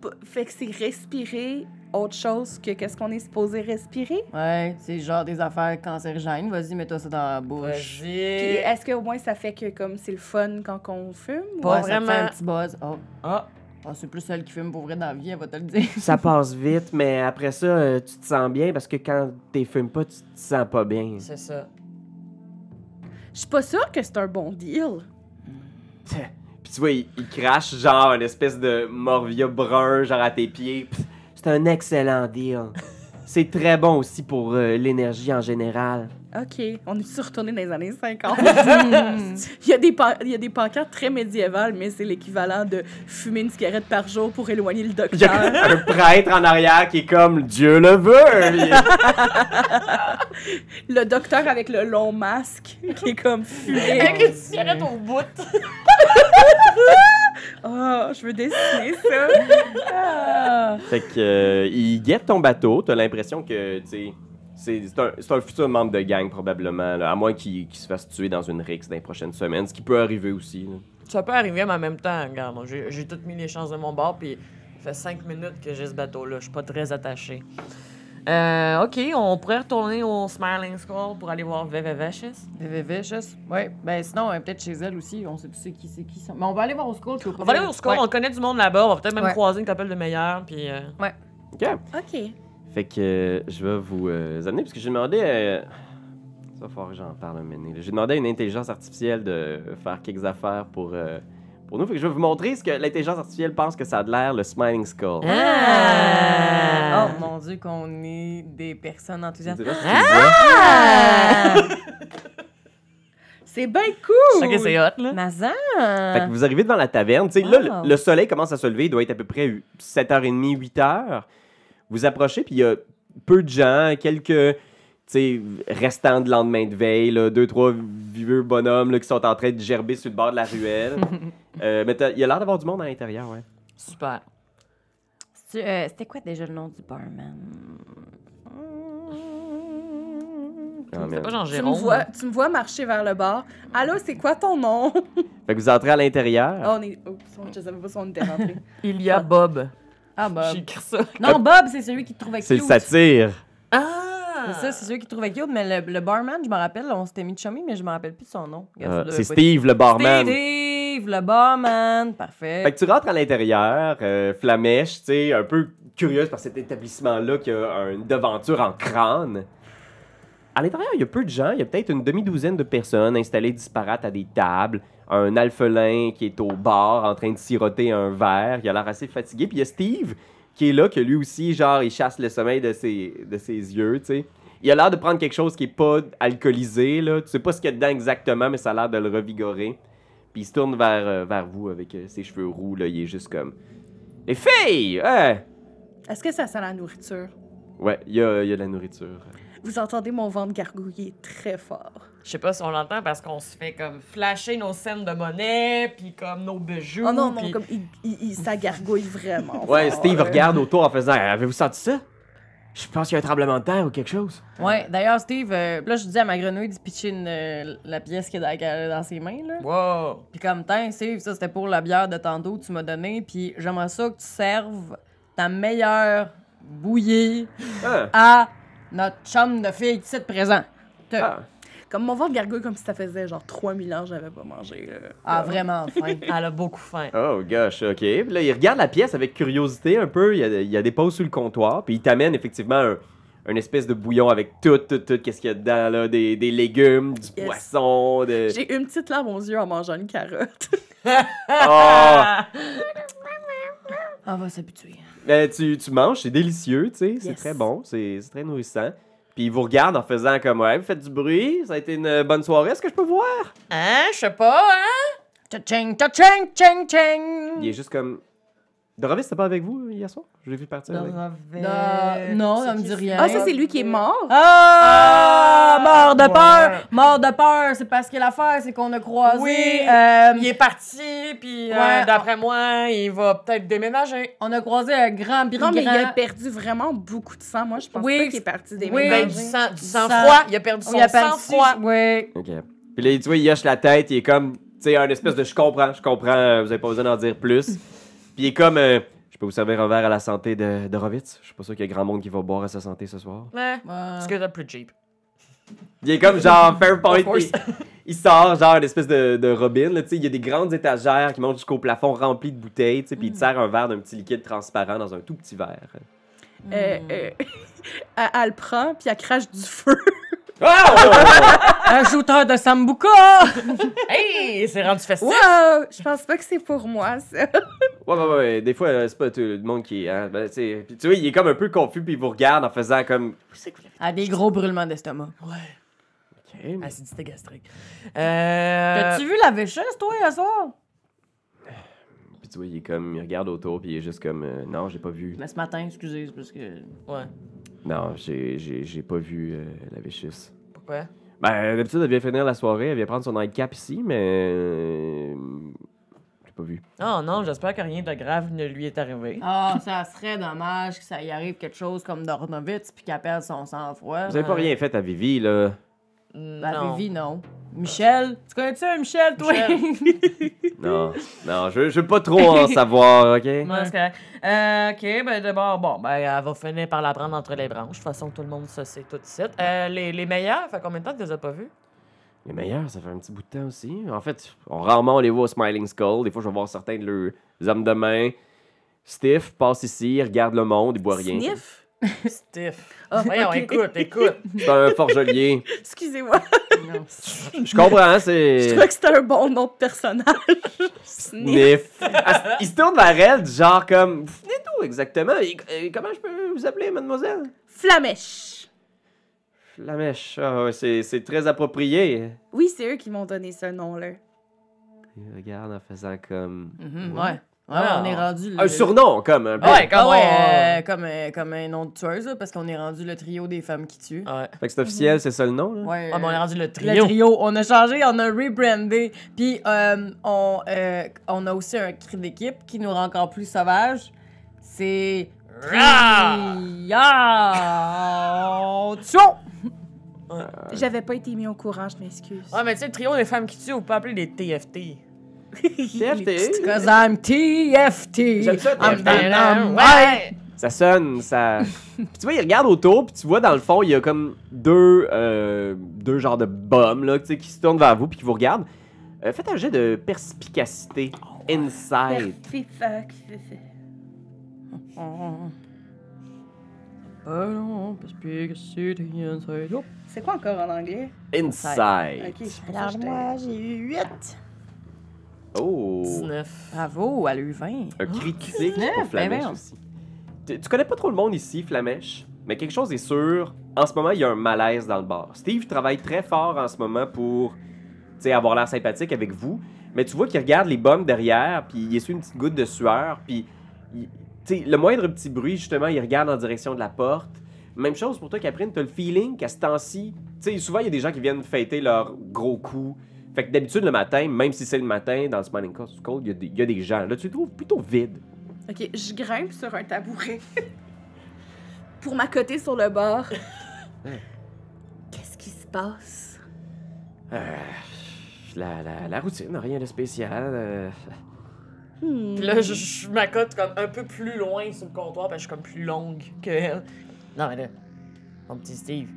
C: P- Fait que c'est respirer autre chose que qu'est-ce qu'on est supposé respirer?
D: Ouais, c'est genre des affaires cancérigènes. Vas-y, mets-toi ça dans la bouche.
C: Puis euh,
E: Vas-y.
C: est-ce qu'au moins ça fait que comme c'est le fun quand on fume?
E: Pas
D: Ouais, ça te fait un
E: vraiment.
D: petit buzz. Oh,
E: Ah,
D: Oh, c'est plus celle qui fume pour vrai dans la vie, elle va te le dire.
B: Ça passe vite, mais après ça, euh, tu te sens bien parce que quand t'es fumes pas, tu te sens pas bien.
E: c'est ça.
C: Je suis pas sûre que c'est un bon deal.
B: Puis tu vois, il, il crache genre une espèce de morvia brun, genre à tes pieds. Pff, C'est un excellent deal. C'est très bon aussi pour euh, l'énergie en général.
C: OK, on est retourné dans les années 50. il, y a des pan- il y a des pancartes très médiévales, mais c'est l'équivalent de fumer une cigarette par jour pour éloigner le
B: Il y a
C: docteur.
B: un prêtre en arrière qui est comme Dieu le veut. Il est-
C: le docteur avec le long masque qui est comme fumé.
E: Avec une cigarette au bout.
C: Oh, je veux dessiner ça. Ah.
B: Fait que euh, il guette ton bateau. T'as l'impression que tu sais, c'est c'est un, c'est un futur membre de gang probablement, là, à moins qu'il qu'il se fasse tuer dans une rixe dans les prochaines semaines, ce qui peut arriver aussi. là.
E: Ça peut arriver, mais en même temps, regarde, moi, j'ai j'ai toutes mis les chances de mon bord, puis ça fait cinq minutes que j'ai ce bateau-là. Je suis pas très attaché. Euh, OK, on pourrait retourner au Smiling Skull pour aller voir VVVHS.
D: VVV, juste. Ouais, ben sinon, elle est peut-être chez elle aussi. On sait plus c'est qui, c'est qui. ça. Mais on va aller voir au school.
E: On va aller au Skull, on connaît du monde là-bas, on va peut-être même
D: Ouais.
E: croiser une couple de meilleurs, puis... euh,
B: Ok.
C: OK.
B: Fait que euh, je vais vous euh, amener, parce que j'ai demandé. euh, Ça va falloir que j'en parle un minute, là. J'ai demandé à une intelligence artificielle de faire quelques affaires pour, euh, pour nous. Fait que je vais vous montrer ce que l'intelligence artificielle pense que ça a de l'air, le Smiling Skull.
E: Ah!
D: Oh mon dieu, qu'on est des personnes
B: Tu me
D: enthousiastes.
B: diras si tu le vois. Ah!
C: C'est bien cool.
E: Ok, c'est hot, là.
D: Mazan!
B: Fait
D: Ah.
B: que vous arrivez devant la taverne. tu sais, Là,
D: Wow.
B: le, le soleil commence à se lever. Il doit être à peu près 7h30, 8h. Vous approchez, puis il y a peu de gens, quelques tu sais, restants de lendemain de veille, là, deux, trois vieux bonhommes là, qui sont en train de gerber sur le bord de la ruelle. Euh, mais t'as- il y a l'air d'avoir du monde à l'intérieur, ouais.
E: Super.
D: C'est- euh, C'était quoi déjà le nom du barman?
B: Ah,
E: C'est
B: merde.
E: pas genre
C: Tu me,
E: Jérôme.
C: vois, tu me vois marcher vers le bar. Allô, c'est quoi ton nom?
B: Fait que vous entrez à l'intérieur.
D: Oh,
C: Ah, on est. Oups, on- je savais pas si on était rentré.
E: Il y a Bob.
D: Ah, Bob.
E: J'ai écrit ça.
D: Non, Bob, c'est celui qui te trouvait
B: Ah! C'est
D: cute.
B: le satire.
E: Ah!
D: C'est ça, c'est celui qui te trouvait cute, mais le, le barman, je me rappelle, on s'était mis de chummy, mais je me rappelle plus de son nom.
B: Euh,
D: Regarde, ça
B: c'est
D: doit
B: Steve, le
D: pas être-
B: barman.
D: Steve, le barman. Parfait.
B: Fait que tu rentres à l'intérieur, euh, Flamèche, tu sais, un peu curieuse par cet établissement-là qui a une devanture en crâne. À l'intérieur, il y a peu de gens, il y a peut-être une demi-douzaine de personnes installées disparates à des tables, un alphelin qui est au bar en train de siroter un verre. Il a l'air assez fatigué. Puis il y a Steve qui est là, que lui aussi, genre, il chasse le sommeil de ses, de ses yeux, tu sais. Il a l'air de prendre quelque chose qui est pas alcoolisé, là. Tu sais pas ce qu'il y a dedans exactement, mais ça a l'air de le revigorer. Puis il se tourne vers, euh, vers vous avec euh, ses cheveux roux, là. Il est juste comme. Les filles! hein?
C: Est-ce que ça sent la nourriture?
B: Ouais, il y a, il y a de la nourriture.
C: Vous entendez mon ventre gargouiller très fort. Oh
E: Je sais pas si on l'entend parce qu'on se fait comme flasher nos scènes de monnaie, puis comme nos bijoux.
C: Oh non, non,
E: puis-
C: comme il, il- il- ça gargouille vraiment.
B: Ouais,
C: fort,
B: Steve
C: là.
B: regarde autour en faisant Avez-vous senti ça? Je pense qu'il y a un tremblement de terre ou quelque chose.
D: Ouais, d'ailleurs, Steve, euh, là, je dis à ma grenouille de pitcher une, euh, la pièce qui est dans, qu'elle a dans ses mains, là.
E: Wow!
D: Puis comme, tiens, Steve, ça, c'était pour la bière de tantôt que tu m'as donnée, puis j'aimerais ça que tu serves ta meilleure bouillie
B: Ah,
D: à notre chum de fille qui est présent.
B: ah.
C: Comme mon ventre gargouille comme si ça faisait genre 3000 ans que j'avais pas mangé. là.
D: Ah, vraiment, enfin.
E: Elle a beaucoup faim.
B: Oh gosh, ok. Puis là, il regarde la pièce avec curiosité un peu. Il y a, il y a des pauses sur le comptoir. Puis il t'amène effectivement un, une espèce de bouillon avec tout, tout, tout. Qu'est-ce qu'il y a dedans, là? Des, des légumes, du
C: Yes.
B: poisson, de.
C: J'ai une petite larme aux yeux en mangeant une carotte.
B: Oh!
E: Ah!
D: On va s'habituer.
B: Ben, tu, tu manges, c'est délicieux, tu sais. C'est
C: Yes.
B: très bon, c'est c'est très nourrissant. Puis il vous regarde en faisant comme Ouais, vous faites du bruit, ça a été une bonne soirée. Est-ce que je peux voir?
E: Hein? Je sais pas, hein?
D: Cha-ching, cha-ching, ching, ching!
B: Il est juste comme. Doravis, c'était pas avec vous euh, hier soir? Je l'ai vu partir. avec.
D: Euh, non, ça me dit rien.
C: Ah, ça, c'est lui qui est mort?
D: Ah! Mort de
E: Ouais.
D: peur! Mort de peur! C'est parce que l'affaire, c'est qu'on a croisé.
E: Oui.
D: euh,
E: Il est parti, puis euh,
D: Ouais.
E: d'après moi, il va peut-être déménager.
D: On a croisé un grand
C: Non,
D: brigand.
C: mais il a perdu vraiment beaucoup de sang. Moi, je pense
D: Oui,
C: pas qu'il est parti des
D: oui.
E: Ben,
C: ménages.
E: du
D: oui.
E: sang, du
D: Du
E: sang
D: sang.
E: froid. Il a perdu son
D: Oui, il a perdu-
E: sang froid.
D: Oui.
B: Ok. Puis là, tu vois, il hoche la tête, il est comme. Tu sais, un espèce de je comprends, je comprends, euh, vous avez pas besoin d'en dire plus. Puis il est comme. euh, je peux vous servir un verre à la santé de Dorovitz. Je suis pas sûr qu'il y a grand monde qui va boire à sa santé ce soir.
E: Ouais.
D: Ouais. Ah.
E: Parce que t'as plus cheap.
B: Il est comme genre fair point.
E: Of course.
B: Il, il sort genre une espèce de, de robin. Là, tu sais, il y a des grandes étagères qui montent jusqu'au plafond remplies de bouteilles. tu sais, Puis il te sert un verre d'un petit liquide transparent dans un tout petit verre.
C: Euh, euh, elle, elle le prend, puis elle crache du feu.
D: Un shooter de Sambuka!
E: Hey! C'est rendu festif.
C: Wow! Je pense pas que c'est pour moi, ça.
B: Ouais, ouais, ouais. Des fois, euh, c'est pas tout le monde qui. est, Hein, ben, tu sais, puis tu vois, il est comme un peu confus. Puis il vous regarde en faisant comme.
D: À des gros brûlements d'estomac.
E: Ouais.
B: Ok, mais-
E: Acidité gastrique. Euh...
D: T'as-tu vu la vécheuse, toi, hier soir?
B: Puis tu vois, il est comme, il regarde autour, puis il est juste comme, euh, non, j'ai pas vu.
D: Mais ce matin, excusez, c'est parce que.
E: Ouais.
B: Non, j'ai, j'ai, j'ai pas vu euh, la Véchus.
E: Pourquoi?
B: Ben, d'habitude, elle vient finir la soirée, elle vient prendre son nightcap ici, mais. euh, j'ai pas vu.
E: Oh non, j'espère que rien de grave ne lui est arrivé.
D: Ah, ça serait dommage que ça y arrive quelque chose comme Dornovitz puis qu'elle perde son sang-froid.
B: Vous avez pas rien fait à Vivi, là.
D: La
E: non.
D: Bah, Vivi, non. Michel, tu connais-tu un Michel, toi?
B: Non, non, je, je veux pas trop en savoir, ok?
E: Ouais, c'est correct. Euh, ok, ben d'abord, bon, ben elle va finir par la prendre entre les branches. De toute façon, tout le monde se sait tout de suite. Euh, les, les meilleurs, fait combien de temps que tu les as pas vus?
B: Les meilleurs, ça fait un petit bout de temps aussi. En fait, on, rarement on les voit au Smiling Skull. Des fois, je vais voir certains de leurs hommes de main. Stiff passe ici, il regarde le monde, il boit rien.
C: Sniff?
E: Stiff.
C: Ah,
E: Voyons,
C: ok.
E: écoute, écoute.
B: C'est un forgelier.
C: Excusez-moi.
B: Je comprends, hein,
C: Je
B: c'est.
C: trouvais que c'était un bon nom de personnage. Sniff.
B: Sniff. Ah, il se tourne vers elle, du genre comme. Vous venez d'où exactement? Et- et comment je peux vous appeler, mademoiselle?
C: Flamèche.
B: La mèche. Ah ouais, c'est, c'est très approprié.
C: Oui, c'est eux qui m'ont donné ce nom-là.
B: Il regarde en faisant comme.
D: Mhm, ouais. Ouais,
E: Ah.
D: on est rendu. le-
B: Un surnom, comme un peu.
E: Ouais, comme
D: Ah ouais,
E: on-
D: euh, comme, euh, comme un nom de tueuse, là, parce qu'on est rendu le trio des femmes qui tuent.
E: Ouais.
B: Fait que c'est officiel, c'est ça le nom, là?
D: Ah. Ouais.
E: Ah, ben, on est rendu le trio.
D: Le trio, on a changé, on a rebrandé. Puis euh, on, euh, on a aussi un cri d'équipe qui nous rend encore plus sauvages. C'est.
E: Rah!
D: Trio! Tuons!
C: J'avais pas été mis au courant, je m'excuse.
E: Ouais, mais tu sais, le trio des femmes qui tuent, on peut appeler les TFT.
B: TFT.
D: Cause I'm TFT!
B: J'aime ça,
D: I'm
B: TFT.
D: the number
E: ouais!
B: Ça sonne, ça. Puis tu vois, il regarde autour, puis tu vois, dans le fond, il y a comme deux, euh, deux genres de bombes, là, tu sais, qui se tournent vers vous, puis qui vous regardent. Euh, faites un jet de perspicacité. Inside.
D: Allons, parce que c'est rien, c'est- Oh.
C: C'est quoi encore en anglais?
B: Inside.
C: Ok, je
F: Alors, moi, j'ai eu 8.
B: Oh!
E: 19.
D: Bravo, elle a eu 20.
B: Un cri critique pour
D: ben
B: Flamèche
D: voyons.
B: aussi. Tu tu connais pas trop le monde ici, Flamèche, mais quelque chose est sûr. En ce moment, il y a un malaise dans le bar. Steve travaille très fort en ce moment pour tu sais, avoir l'air sympathique avec vous, mais tu vois qu'il regarde les bombes derrière, puis il essuie une petite goutte de sueur, puis il- tu sais, le moindre petit bruit, justement, il regarde en direction de la porte. Même chose pour toi, Catherine, t'as le feeling qu'à ce temps-ci, tu sais, souvent, il y a des gens qui viennent fêter leur gros coup. Fait que d'habitude, le matin, même si c'est le matin, dans le Smiling Cold, il y a des- il y, a des gens. Là, tu le trouves plutôt vide.
C: euh, Ok, je grimpe sur un tabouret pour m'accoter sur le bord. Qu'est-ce qui se passe?
B: Euh, la, la, la routine, rien de spécial. euh.
C: Hmm.
E: Puis là, je, je m'accote comme un peu plus loin sur le comptoir, parce que je suis comme plus longue qu'elle. Non, mais là, mon petit Steve.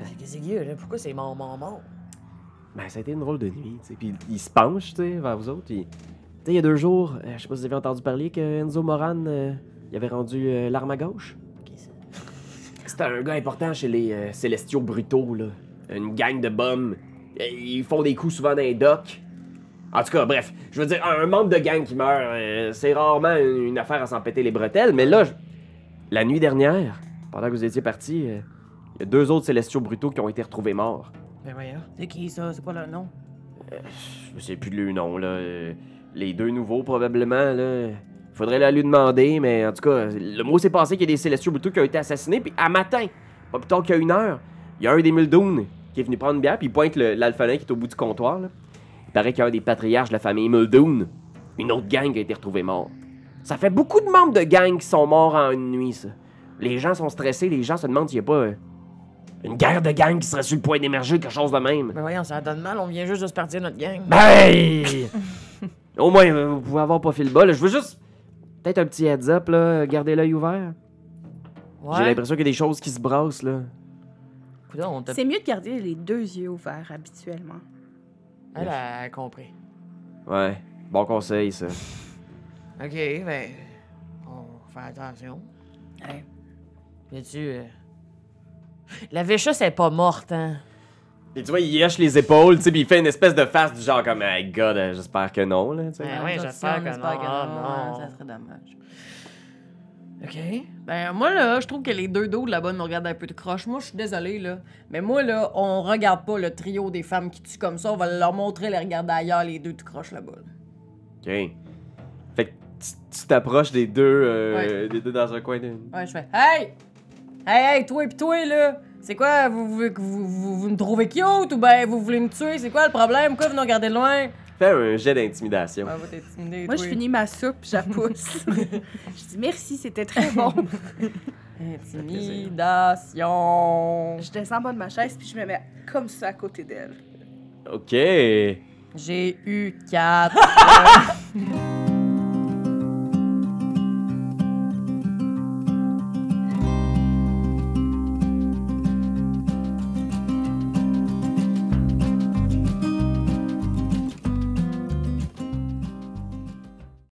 E: euh, Qu'est-ce qu'il y a, là? Pourquoi c'est mon, mon, mon?
B: Ben, ça a été une drôle de nuit, tu sais. Puis il se penche, tu sais, vers vous autres. puis- Tu sais, il y a deux jours, euh, je sais pas si vous avez entendu parler que Enzo Moran, euh, il avait rendu euh, l'arme à gauche.
E: Qu'est-ce que
B: C'était un gars important chez les euh, Célestiaux Brutaux, là. Une gang de bums. Euh, Ils font des coups souvent dans les docks. En tout cas, bref, je veux dire, un membre de gang qui meurt, euh, c'est rarement une, une affaire à s'en péter les bretelles, mais là, je- la nuit dernière, pendant que vous étiez partis, euh, il y a deux autres Célestiaux Brutaux qui ont été retrouvés morts.
E: Ben voyons.
D: C'est qui ça? C'est quoi le nom?
B: Je sais plus le nom, là. euh, Les deux nouveaux, probablement, là. Faudrait la lui demander, mais en tout cas, le mot s'est passé qu'il y a des Célestiaux Boutous qui ont été assassinés, puis à matin, pas plus tard qu'à une heure, il y a un des Muldoon qui est venu prendre une bière, puis il pointe le- l'alphelin qui est au bout du comptoir, là. Il paraît qu'il y a un des patriarches de la famille Muldoon, une autre gang, qui a été retrouvée mort. Ça fait beaucoup de membres de gang qui sont morts en une nuit, ça. Les gens sont stressés, les gens se demandent s'il n'y a pas euh, une guerre de gang qui serait sur le point d'émerger, quelque chose de même.
E: Ben voyons, ça donne mal, on vient juste de se partir notre gang.
B: Ben! Au moins, euh, vous pouvez avoir pas fait le bas. là. Je veux juste. Peut-être un petit heads up, là. Gardez l'œil ouvert. J'ai
E: ouais,
B: l'impression qu'il y a des choses qui se brassent, là.
E: Coudon, on t'a...
C: C'est mieux de garder les deux yeux ouverts habituellement.
E: Elle a compris.
B: Ouais. Bon conseil, ça.
E: OK, ben... On fait attention.
C: Ouais.
E: Mais tu... euh, La Véchus, elle est pas morte, hein?
B: Et tu vois, il hoche les épaules, tu sais, puis il fait une espèce de face du genre comme, hey god, euh, j'espère que non, là, tu sais.
E: Ben oui,
D: Nous autres,
E: j'espère
D: si on
E: que
D: espère
E: non.
D: que
E: Ah,
D: ouais,
E: non.
D: Ça serait dommage.
E: OK.
D: Ben, moi, là, je trouve que les deux dos de là-bas nous regardent un peu de croche. Moi, je suis désolée, là. Mais moi, là, on regarde pas le trio des femmes qui tuent comme ça. On va leur montrer les regarder ailleurs, les deux de croche là-bas.
B: Ok. Fait que tu- tu t'approches des deux, euh, des deux dans un coin de.
D: Ouais, je fais Hey! Hey, hey, toi et toi, là! C'est quoi, vous, vous, vous, vous, vous me trouvez cute ou ben vous voulez me tuer? C'est quoi le problème? Pourquoi vous nous regardez de loin?
B: Fais un jet d'intimidation.
D: Ouais, va t'intimider,
C: Moi, je
D: toi.
C: finis ma soupe, j'appousse. je dis merci, c'était très bon.
D: Intimidation.
C: je descends en bas de ma chaise puis je me mets comme ça à côté d'elle.
B: Ok.
D: J'ai eu 4.